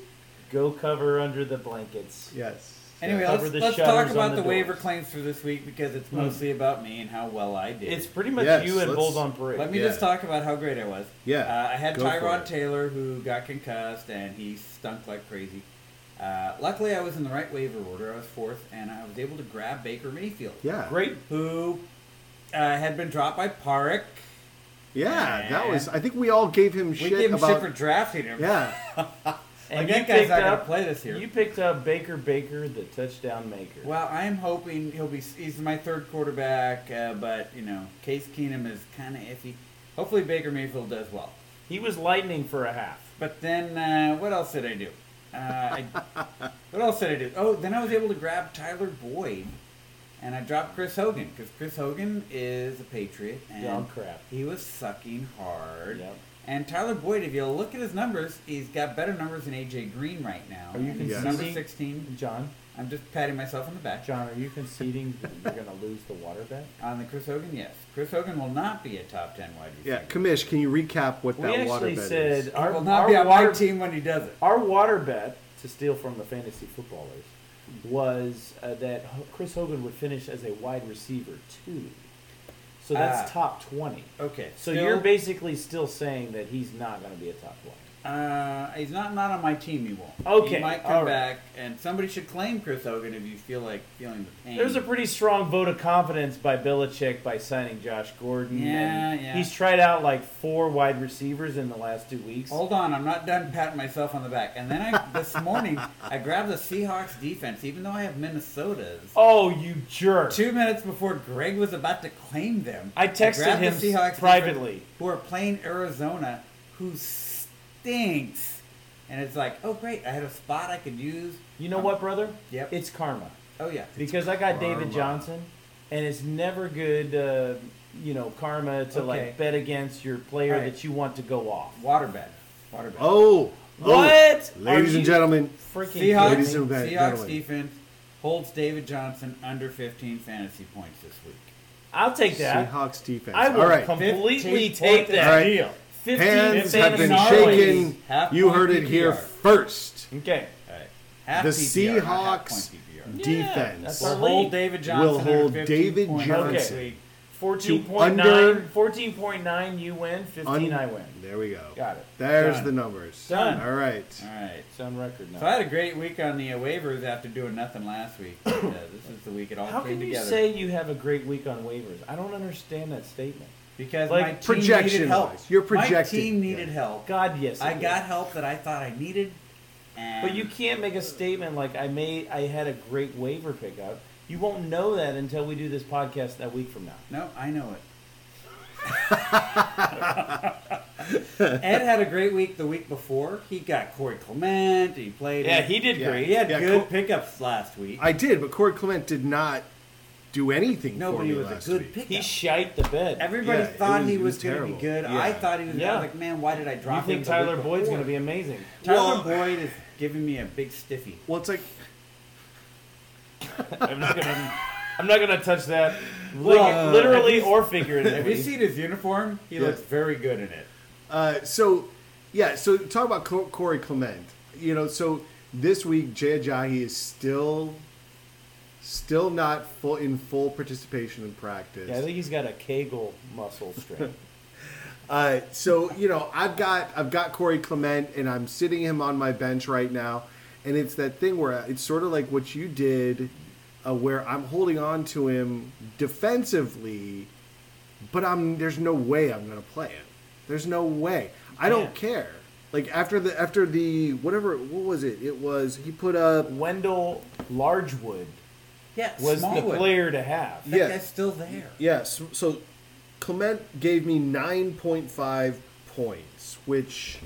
Speaker 4: go cover under the blankets.
Speaker 7: Yes.
Speaker 5: Anyway,
Speaker 4: Cover
Speaker 5: let's,
Speaker 4: the
Speaker 5: let's
Speaker 4: shutters
Speaker 5: talk
Speaker 4: on
Speaker 5: about
Speaker 4: the
Speaker 5: the, waiver
Speaker 4: doors.
Speaker 5: claims for this week because
Speaker 7: Hmm.
Speaker 5: it's mostly about me and how well I did.
Speaker 4: It's pretty much
Speaker 7: Yes,
Speaker 4: you and
Speaker 7: let's-
Speaker 4: Bulls on Parade.
Speaker 5: Let me
Speaker 7: Yeah.
Speaker 5: just talk about how great I was.
Speaker 7: Yeah,
Speaker 5: Uh, I had
Speaker 7: go for
Speaker 5: Tyrod
Speaker 7: it.
Speaker 5: Taylor who got concussed and he stunk like crazy. Uh, luckily, I was in the right waiver order. I was fourth, and I was able to grab Baker Mayfield,
Speaker 7: Yeah.
Speaker 4: Great.
Speaker 5: who uh, had been dropped by Park.
Speaker 7: Yeah, that was.
Speaker 5: Yeah.
Speaker 7: I think we all gave him
Speaker 5: We
Speaker 7: shit
Speaker 5: gave him
Speaker 7: about.
Speaker 5: shit for drafting him.
Speaker 7: yeah,
Speaker 5: Like,
Speaker 4: And
Speaker 5: that
Speaker 4: you
Speaker 5: guy's
Speaker 4: picked
Speaker 5: not gonna
Speaker 4: up-
Speaker 5: play this year.
Speaker 4: You picked up Baker Baker, the touchdown maker.
Speaker 5: Well, I am hoping he'll be. He's my third quarterback, uh, but you know, Case Keenum is kind of iffy. Hopefully, Baker Mayfield does well.
Speaker 4: He was lightning for a half.
Speaker 5: But then, uh, what else did I do? Uh, I, what else did I do? Oh, then I was able to grab Tyler Boyd, and I dropped Chris Hogan because Chris Hogan is a Patriot, and
Speaker 4: Yeah, I'm crap.
Speaker 5: he was sucking hard.
Speaker 4: Yep.
Speaker 5: And Tyler Boyd, if you look at his numbers, he's got better numbers than AJ Green right now.
Speaker 4: Are you
Speaker 5: And he's
Speaker 7: Yes.
Speaker 5: number
Speaker 4: conceding?
Speaker 5: sixteen?
Speaker 4: John,
Speaker 5: I'm just patting myself on the back.
Speaker 4: John, are you conceding that you're going to lose the water bet?
Speaker 5: On the Chris Hogan, yes. Chris Hogan will not be a top ten wide receiver.
Speaker 7: yeah. Kamish, can you recap what
Speaker 4: We
Speaker 7: that water
Speaker 4: actually
Speaker 7: bed
Speaker 4: said
Speaker 7: is?
Speaker 5: He
Speaker 4: our,
Speaker 5: will not
Speaker 4: our
Speaker 5: be on
Speaker 4: water,
Speaker 5: my team when he does it.
Speaker 4: our water bet to steal from the fantasy footballers was uh, that Ho- Chris Hogan would finish as a wide receiver too. So that's
Speaker 5: Ah.
Speaker 4: top twenty.
Speaker 5: Okay.
Speaker 4: So
Speaker 5: still-
Speaker 4: you're basically still saying that he's not going to be a top twenty.
Speaker 5: Uh, he's not not on my team. He won't.
Speaker 4: Okay,
Speaker 5: He might come
Speaker 4: all right.
Speaker 5: back, and somebody should claim Chris Hogan if you feel like feeling the pain.
Speaker 4: There's a pretty strong vote of confidence by Belichick by signing Josh Gordon.
Speaker 5: Yeah,
Speaker 4: and
Speaker 5: yeah.
Speaker 4: He's tried out like four wide receivers in the last two weeks.
Speaker 5: Hold on, I'm not done patting myself on the back. And then I this morning I grabbed the Seahawks defense, even though I have Minnesota's.
Speaker 4: Oh, you jerk!
Speaker 5: Two minutes before Greg was about to claim them,
Speaker 4: I texted
Speaker 5: grabbed
Speaker 4: him
Speaker 5: the Seahawks
Speaker 4: privately.
Speaker 5: defense, Who are playing Arizona, who stinks, and it's like, oh great, I had a spot I could use.
Speaker 4: You know what, brother?
Speaker 5: Yep.
Speaker 4: It's karma.
Speaker 5: Oh yeah,
Speaker 4: Because I got
Speaker 7: karma.
Speaker 4: David Johnson, and it's never good, uh, you know, karma to
Speaker 5: Okay.
Speaker 4: like bet against your player
Speaker 5: All right.
Speaker 4: that you want to go off.
Speaker 5: waterbed, waterbed.
Speaker 7: Oh, oh,
Speaker 4: What?
Speaker 7: ladies
Speaker 4: Are
Speaker 7: and
Speaker 4: you
Speaker 7: gentlemen,
Speaker 4: Freaking
Speaker 5: Seahawks,
Speaker 4: kidding
Speaker 7: Ladies
Speaker 4: me?
Speaker 7: and gentlemen.
Speaker 5: Seahawks defense holds David Johnson under 15 fantasy points this week.
Speaker 4: I'll take that.
Speaker 7: Seahawks defense.
Speaker 4: I will
Speaker 7: All right,
Speaker 4: completely
Speaker 5: 15th
Speaker 4: take
Speaker 5: point
Speaker 4: that
Speaker 7: All right.
Speaker 4: deal. Fifteen
Speaker 7: hands have been
Speaker 4: fantasy
Speaker 5: Fantasy
Speaker 7: shaken.
Speaker 4: points.
Speaker 5: Half
Speaker 7: You
Speaker 5: point
Speaker 7: heard it here
Speaker 5: PPR.
Speaker 7: first.
Speaker 4: Okay.
Speaker 5: All right. Half
Speaker 7: The
Speaker 5: PPR, not half
Speaker 7: Seahawks
Speaker 5: point PPR.
Speaker 7: Defense
Speaker 4: that's
Speaker 5: will
Speaker 4: our
Speaker 5: hold
Speaker 4: league.
Speaker 5: David Johnson
Speaker 7: will
Speaker 5: under
Speaker 7: hold
Speaker 5: 15
Speaker 7: David
Speaker 5: points this
Speaker 4: Johnson.
Speaker 5: week.
Speaker 4: 14.9,
Speaker 7: under-
Speaker 4: 14.9 you win, 15 I win.
Speaker 7: There we go.
Speaker 4: Got it.
Speaker 7: There's
Speaker 5: Done.
Speaker 7: the numbers.
Speaker 4: Done.
Speaker 7: All right.
Speaker 5: All right.
Speaker 4: It's on record now.
Speaker 5: So I had a great week on the uh, waivers after doing nothing last week. But, uh, this is the week it all
Speaker 4: How
Speaker 5: came
Speaker 4: can you
Speaker 5: together.
Speaker 4: say you have a great week on waivers? I don't understand that statement.
Speaker 5: because
Speaker 4: like,
Speaker 5: my team needed
Speaker 7: projection-wise,
Speaker 5: help.
Speaker 7: you're
Speaker 5: My
Speaker 7: projecting.
Speaker 5: team needed
Speaker 7: Yeah.
Speaker 5: help.
Speaker 4: God, yes.
Speaker 5: I
Speaker 4: it
Speaker 5: got
Speaker 4: is.
Speaker 5: help that I thought I needed. And
Speaker 4: But you can't make a statement like I made I had a great waiver pickup. You won't know that until we do this podcast a week from now.
Speaker 5: No, I know it. Ed had a great week the week before. He got Corey Clement. He played.
Speaker 4: did
Speaker 7: Yeah. great.
Speaker 5: He had
Speaker 7: Yeah,
Speaker 5: good
Speaker 7: Cor-
Speaker 5: pickups last week.
Speaker 7: I did, but Corey Clement did not do anything
Speaker 5: no,
Speaker 7: for
Speaker 5: but
Speaker 7: me
Speaker 5: he was
Speaker 7: last
Speaker 5: a good
Speaker 7: week.
Speaker 5: pickup.
Speaker 4: He shite the bed.
Speaker 5: Everybody
Speaker 7: Yeah, it
Speaker 5: thought
Speaker 7: was-
Speaker 5: he
Speaker 7: it
Speaker 5: was,
Speaker 7: was
Speaker 5: going to
Speaker 7: terrible.
Speaker 5: be good.
Speaker 7: Yeah.
Speaker 5: I thought he was. I
Speaker 4: Yeah.
Speaker 5: was like, man, why did I
Speaker 4: you
Speaker 5: drop him?
Speaker 4: think
Speaker 5: the week
Speaker 4: Tyler Boyd's
Speaker 5: before?"
Speaker 4: going to be amazing?
Speaker 5: Tyler
Speaker 7: Well-
Speaker 5: Boyd is giving me a big stiffy.
Speaker 7: Well, it's like
Speaker 4: I'm not going to. I'm not going to touch that,
Speaker 5: Well,
Speaker 4: literally
Speaker 5: have you-
Speaker 4: or
Speaker 5: Have you
Speaker 4: figuratively.
Speaker 5: seen his uniform? He
Speaker 7: Yeah.
Speaker 5: looks very good in it.
Speaker 7: Uh, so, yeah, so talk about Co- Corey Clement. You know, so this week, Jay Ajayi is still still not full in full participation in practice.
Speaker 4: Yeah, I think he's got a Kegel muscle strain.
Speaker 7: Uh, so you know, I've got I've got Corey Clement, and I'm sitting him on my bench right now, and it's that thing where it's sort of like what you did, uh, where I'm holding on to him defensively, but I'm there's no way I'm gonna play him. There's no way. I don't care. Like after the after the whatever what was it? It was he put up.
Speaker 4: Wendell Largewood
Speaker 5: Yeah,
Speaker 4: was the
Speaker 5: Smallwood.
Speaker 4: player to have.
Speaker 5: That
Speaker 7: Yeah.
Speaker 5: guy's still there.
Speaker 7: Yes. so Clement gave me 9.5 points, which,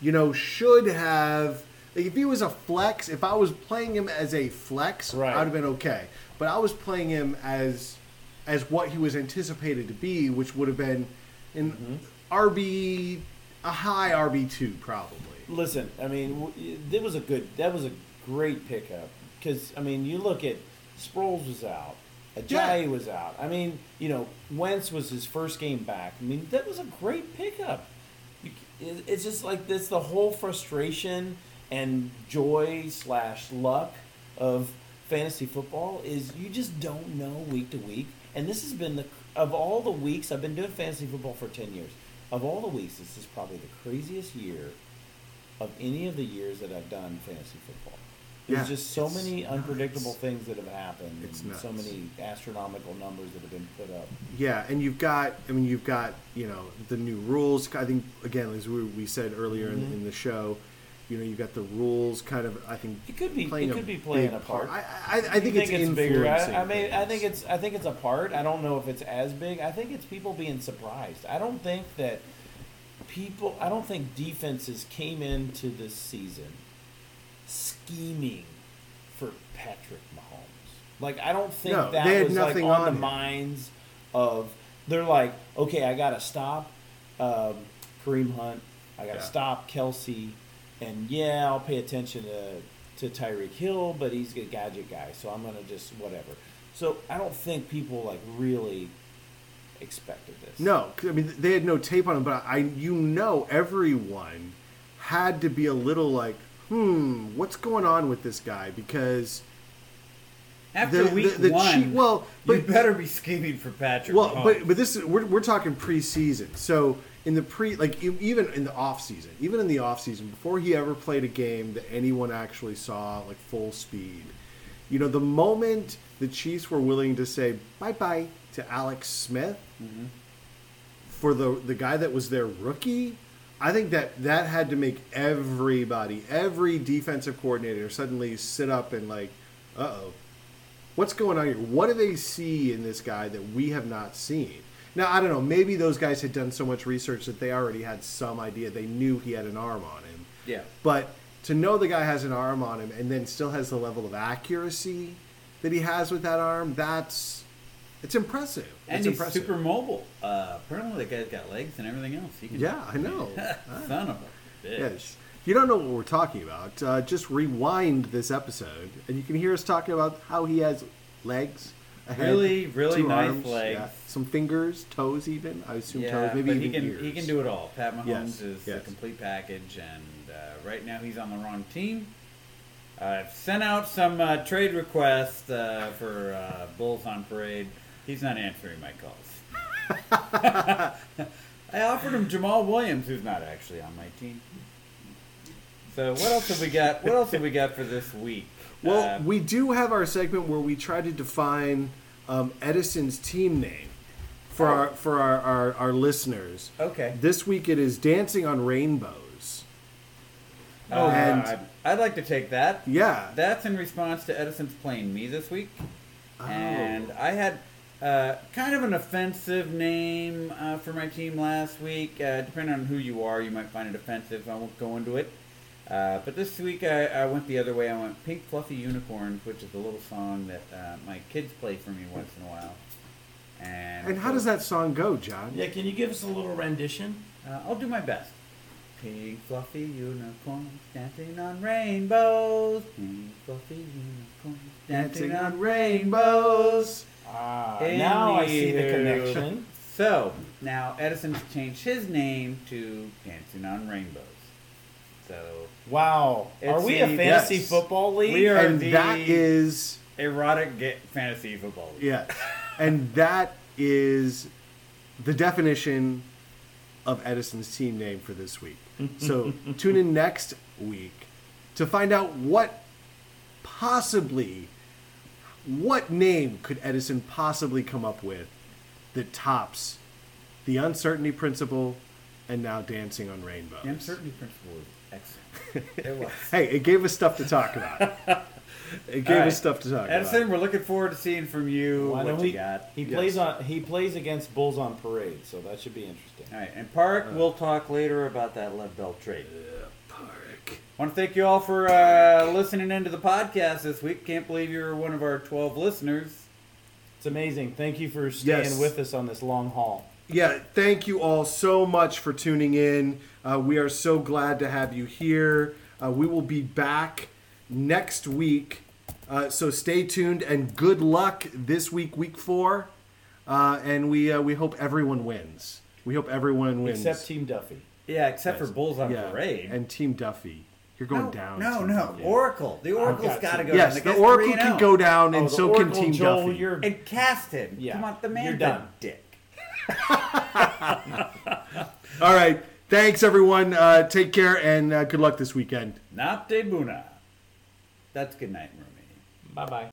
Speaker 7: you know, should have. Like, if he was a flex, if I was playing him as a flex,
Speaker 4: Right.
Speaker 7: I would have been okay. But I was playing him as as what he was anticipated to be, which would have been an RB, a high RB2, probably.
Speaker 4: Listen, I mean, w- it was a good. That was a great pickup because I mean, you look at Sproles was out, Ajayi
Speaker 7: Yeah.
Speaker 4: was out. I mean, you know, Wentz was his first game back. I mean, that was a great pickup. You, c- it, it's just like this the whole frustration and joy slash luck of fantasy football is you just don't know week to week. And this has been the of all the weeks I've been doing fantasy football for ten years. Of all the weeks, this is probably the craziest year of any of the years that I've done fantasy football. There's
Speaker 7: Yeah,
Speaker 4: just so
Speaker 7: it's
Speaker 4: many unpredictable
Speaker 7: nuts.
Speaker 4: things that have happened,
Speaker 7: It's
Speaker 4: and so
Speaker 7: nuts.
Speaker 4: many astronomical numbers that have been put up.
Speaker 7: Yeah, and you've got, I mean, you've got, you know, the new rules. I think, again, as we, we said earlier
Speaker 4: Mm-hmm.
Speaker 7: in, in the show, you know, you've got the rules kind of, I think,
Speaker 4: It could be-
Speaker 7: playing
Speaker 4: it
Speaker 7: a
Speaker 4: could be playing
Speaker 7: big
Speaker 4: a part.
Speaker 7: I, I, I think, it's,
Speaker 4: bigger.
Speaker 7: influencing
Speaker 4: I, I mean, I
Speaker 7: things.
Speaker 4: think it's I think it's a part. I don't know if it's as big. I think it's people being surprised. I don't think that people. I don't think defenses came into this season scheming for Patrick Mahomes. Like I don't think
Speaker 7: No,
Speaker 4: that
Speaker 7: they had
Speaker 4: was
Speaker 7: nothing
Speaker 4: like on,
Speaker 7: on
Speaker 4: the
Speaker 7: him.
Speaker 4: minds of. They're like, okay, I gotta stop um, Kareem Hunt. I gotta
Speaker 7: Yeah.
Speaker 4: stop Kelsey, and yeah, I'll pay attention to to Tyreek Hill, but he's a gadget guy, so I'm gonna just whatever. So I don't think people like really expected this.
Speaker 7: No, 'cause, I mean they had no tape on them, but I, you know, everyone had to be a little like, hmm, what's going on with this guy? Because
Speaker 5: After
Speaker 7: The-
Speaker 5: week
Speaker 7: the- the
Speaker 5: one,
Speaker 7: chi- well,
Speaker 5: you
Speaker 7: but-
Speaker 5: better be scheming for Patrick.
Speaker 7: well,
Speaker 5: Mahomes.
Speaker 7: but but this is we're we're talking preseason, so in the pre, like e- even in the off season, even in the off season, before he ever played a game that anyone actually saw like full speed, you know, the moment the Chiefs were willing to say bye bye to Alex Smith, for the the guy that was their rookie, I think that that had to make everybody, every defensive coordinator, suddenly sit up and like, uh oh, what's going on here? What do they see in this guy that we have not seen? Now I don't know. Maybe those guys had done so much research that they already had some idea. They knew he had an arm on him.
Speaker 5: Yeah.
Speaker 7: But to know the guy has an arm on him and then still has the level of accuracy that he has with that arm, that's it's impressive.
Speaker 5: and
Speaker 7: it's
Speaker 5: he's
Speaker 7: impressive.
Speaker 5: super mobile. Uh, apparently, the guy's got legs and everything else. He can
Speaker 7: Yeah, I know.
Speaker 5: Son of a bitch.
Speaker 7: yes. If You don't know what we're talking about. Uh, just rewind this episode, and you can hear us talking about how he has legs. a head,
Speaker 5: Really, really
Speaker 7: two
Speaker 5: nice
Speaker 7: arms,
Speaker 5: legs.
Speaker 7: some fingers, toes, even. I assume
Speaker 5: Yeah,
Speaker 7: toes, maybe
Speaker 5: but
Speaker 7: even
Speaker 5: he can
Speaker 7: ears.
Speaker 5: he can do it all. Pat Mahomes
Speaker 7: Yes,
Speaker 5: is the
Speaker 7: yes.
Speaker 5: complete package, and uh, right now he's on the wrong team. I've sent out some uh, trade requests uh, for uh, Bulls on Parade. He's not answering my calls. I offered him Jamal Williams, who's not actually on my team. So what else have we got? What else have we got for this week?
Speaker 7: Well,
Speaker 5: Uh,
Speaker 7: we do have our segment where we try to define um, Edison's team name for our for our, our, our listeners.
Speaker 5: Okay.
Speaker 7: This week it is Dancing on Rainbows.
Speaker 5: oh,
Speaker 7: and-
Speaker 5: God. I'd like to take that.
Speaker 7: Yeah.
Speaker 5: That's in response to Edison's playing me this week. And
Speaker 7: Oh.
Speaker 5: I had uh, kind of an offensive name uh, for my team last week. Uh, depending on who you are, you might find it offensive. I won't go into it. Uh, but this week I, I went the other way. I went Pink Fluffy Unicorns, which is a little song that uh, my kids play for me once in a while. And,
Speaker 7: and how does that song go, John?
Speaker 4: Yeah, can you give us a little rendition?
Speaker 5: Uh, I'll do my best. Pink fluffy unicorns dancing on rainbows. Pink fluffy unicorns dancing, on rainbows.
Speaker 4: Ah, now I see the
Speaker 5: Anywho.
Speaker 4: connection.
Speaker 5: So now Edison's changed his name to Dancing on Rainbows. So
Speaker 4: Wow, are
Speaker 5: It's
Speaker 4: we a
Speaker 5: a-
Speaker 4: fantasy
Speaker 7: yes.
Speaker 4: football league?
Speaker 5: We are-
Speaker 7: and
Speaker 5: the-
Speaker 7: that is
Speaker 5: erotic ga- fantasy football. league.
Speaker 7: yeah, and that is the definition of Edison's team name for this week. So tune in next week to find out what possibly what name could Edison possibly come up with that tops the uncertainty principle and now dancing on rainbows.
Speaker 5: The uncertainty principle was excellent. It was.
Speaker 7: Hey, it gave us stuff to talk about. It gave
Speaker 5: All right.
Speaker 7: us stuff to talk
Speaker 5: Edison,
Speaker 7: about.
Speaker 5: we're looking forward to seeing from you
Speaker 4: Why
Speaker 5: what
Speaker 4: don't
Speaker 5: you
Speaker 4: we-
Speaker 5: got.
Speaker 4: He
Speaker 7: Yes.
Speaker 4: plays on. He plays against Bulls on Parade, so that should be interesting.
Speaker 5: All right, and
Speaker 4: Uh,
Speaker 5: Park, we'll talk later about that lead belt trade.
Speaker 7: Park.
Speaker 5: want to thank you all for uh, listening into the podcast this week. Can't believe you're one of our 12 listeners.
Speaker 4: It's amazing. Thank you for staying
Speaker 7: Yes.
Speaker 4: with us on this long haul.
Speaker 7: yeah, thank you all so much for tuning in. Uh, we are so glad to have you here. Uh, we will be back next week, uh, so stay tuned and good luck this week, week four. Uh, and we uh, we hope everyone wins. We hope everyone wins.
Speaker 4: Except Team Duffy.
Speaker 5: Yeah, except for Bulls on
Speaker 7: yeah,
Speaker 5: Parade.
Speaker 7: and Team Duffy. You're going
Speaker 5: no,
Speaker 7: down.
Speaker 5: No,
Speaker 7: Steve.
Speaker 5: no.
Speaker 7: Yeah.
Speaker 5: Oracle. The Oracle's
Speaker 3: got
Speaker 5: got to
Speaker 3: to.
Speaker 5: go
Speaker 7: Yes,
Speaker 5: down.
Speaker 7: the
Speaker 5: guy's
Speaker 7: Oracle
Speaker 5: 3 and
Speaker 7: can
Speaker 5: oh.
Speaker 7: go down, and
Speaker 4: Oh, the
Speaker 7: so
Speaker 4: Oracle,
Speaker 7: can Team
Speaker 4: Joel,
Speaker 7: Duffy.
Speaker 4: You're,
Speaker 5: And cast him.
Speaker 4: Yeah.
Speaker 5: Come on, the
Speaker 4: You're
Speaker 5: man's a
Speaker 4: done.
Speaker 5: dick.
Speaker 7: All right. Thanks, everyone. Uh, take care and uh, good luck this weekend.
Speaker 5: Not de Buna. That's good night, Roomie.
Speaker 4: bye bye.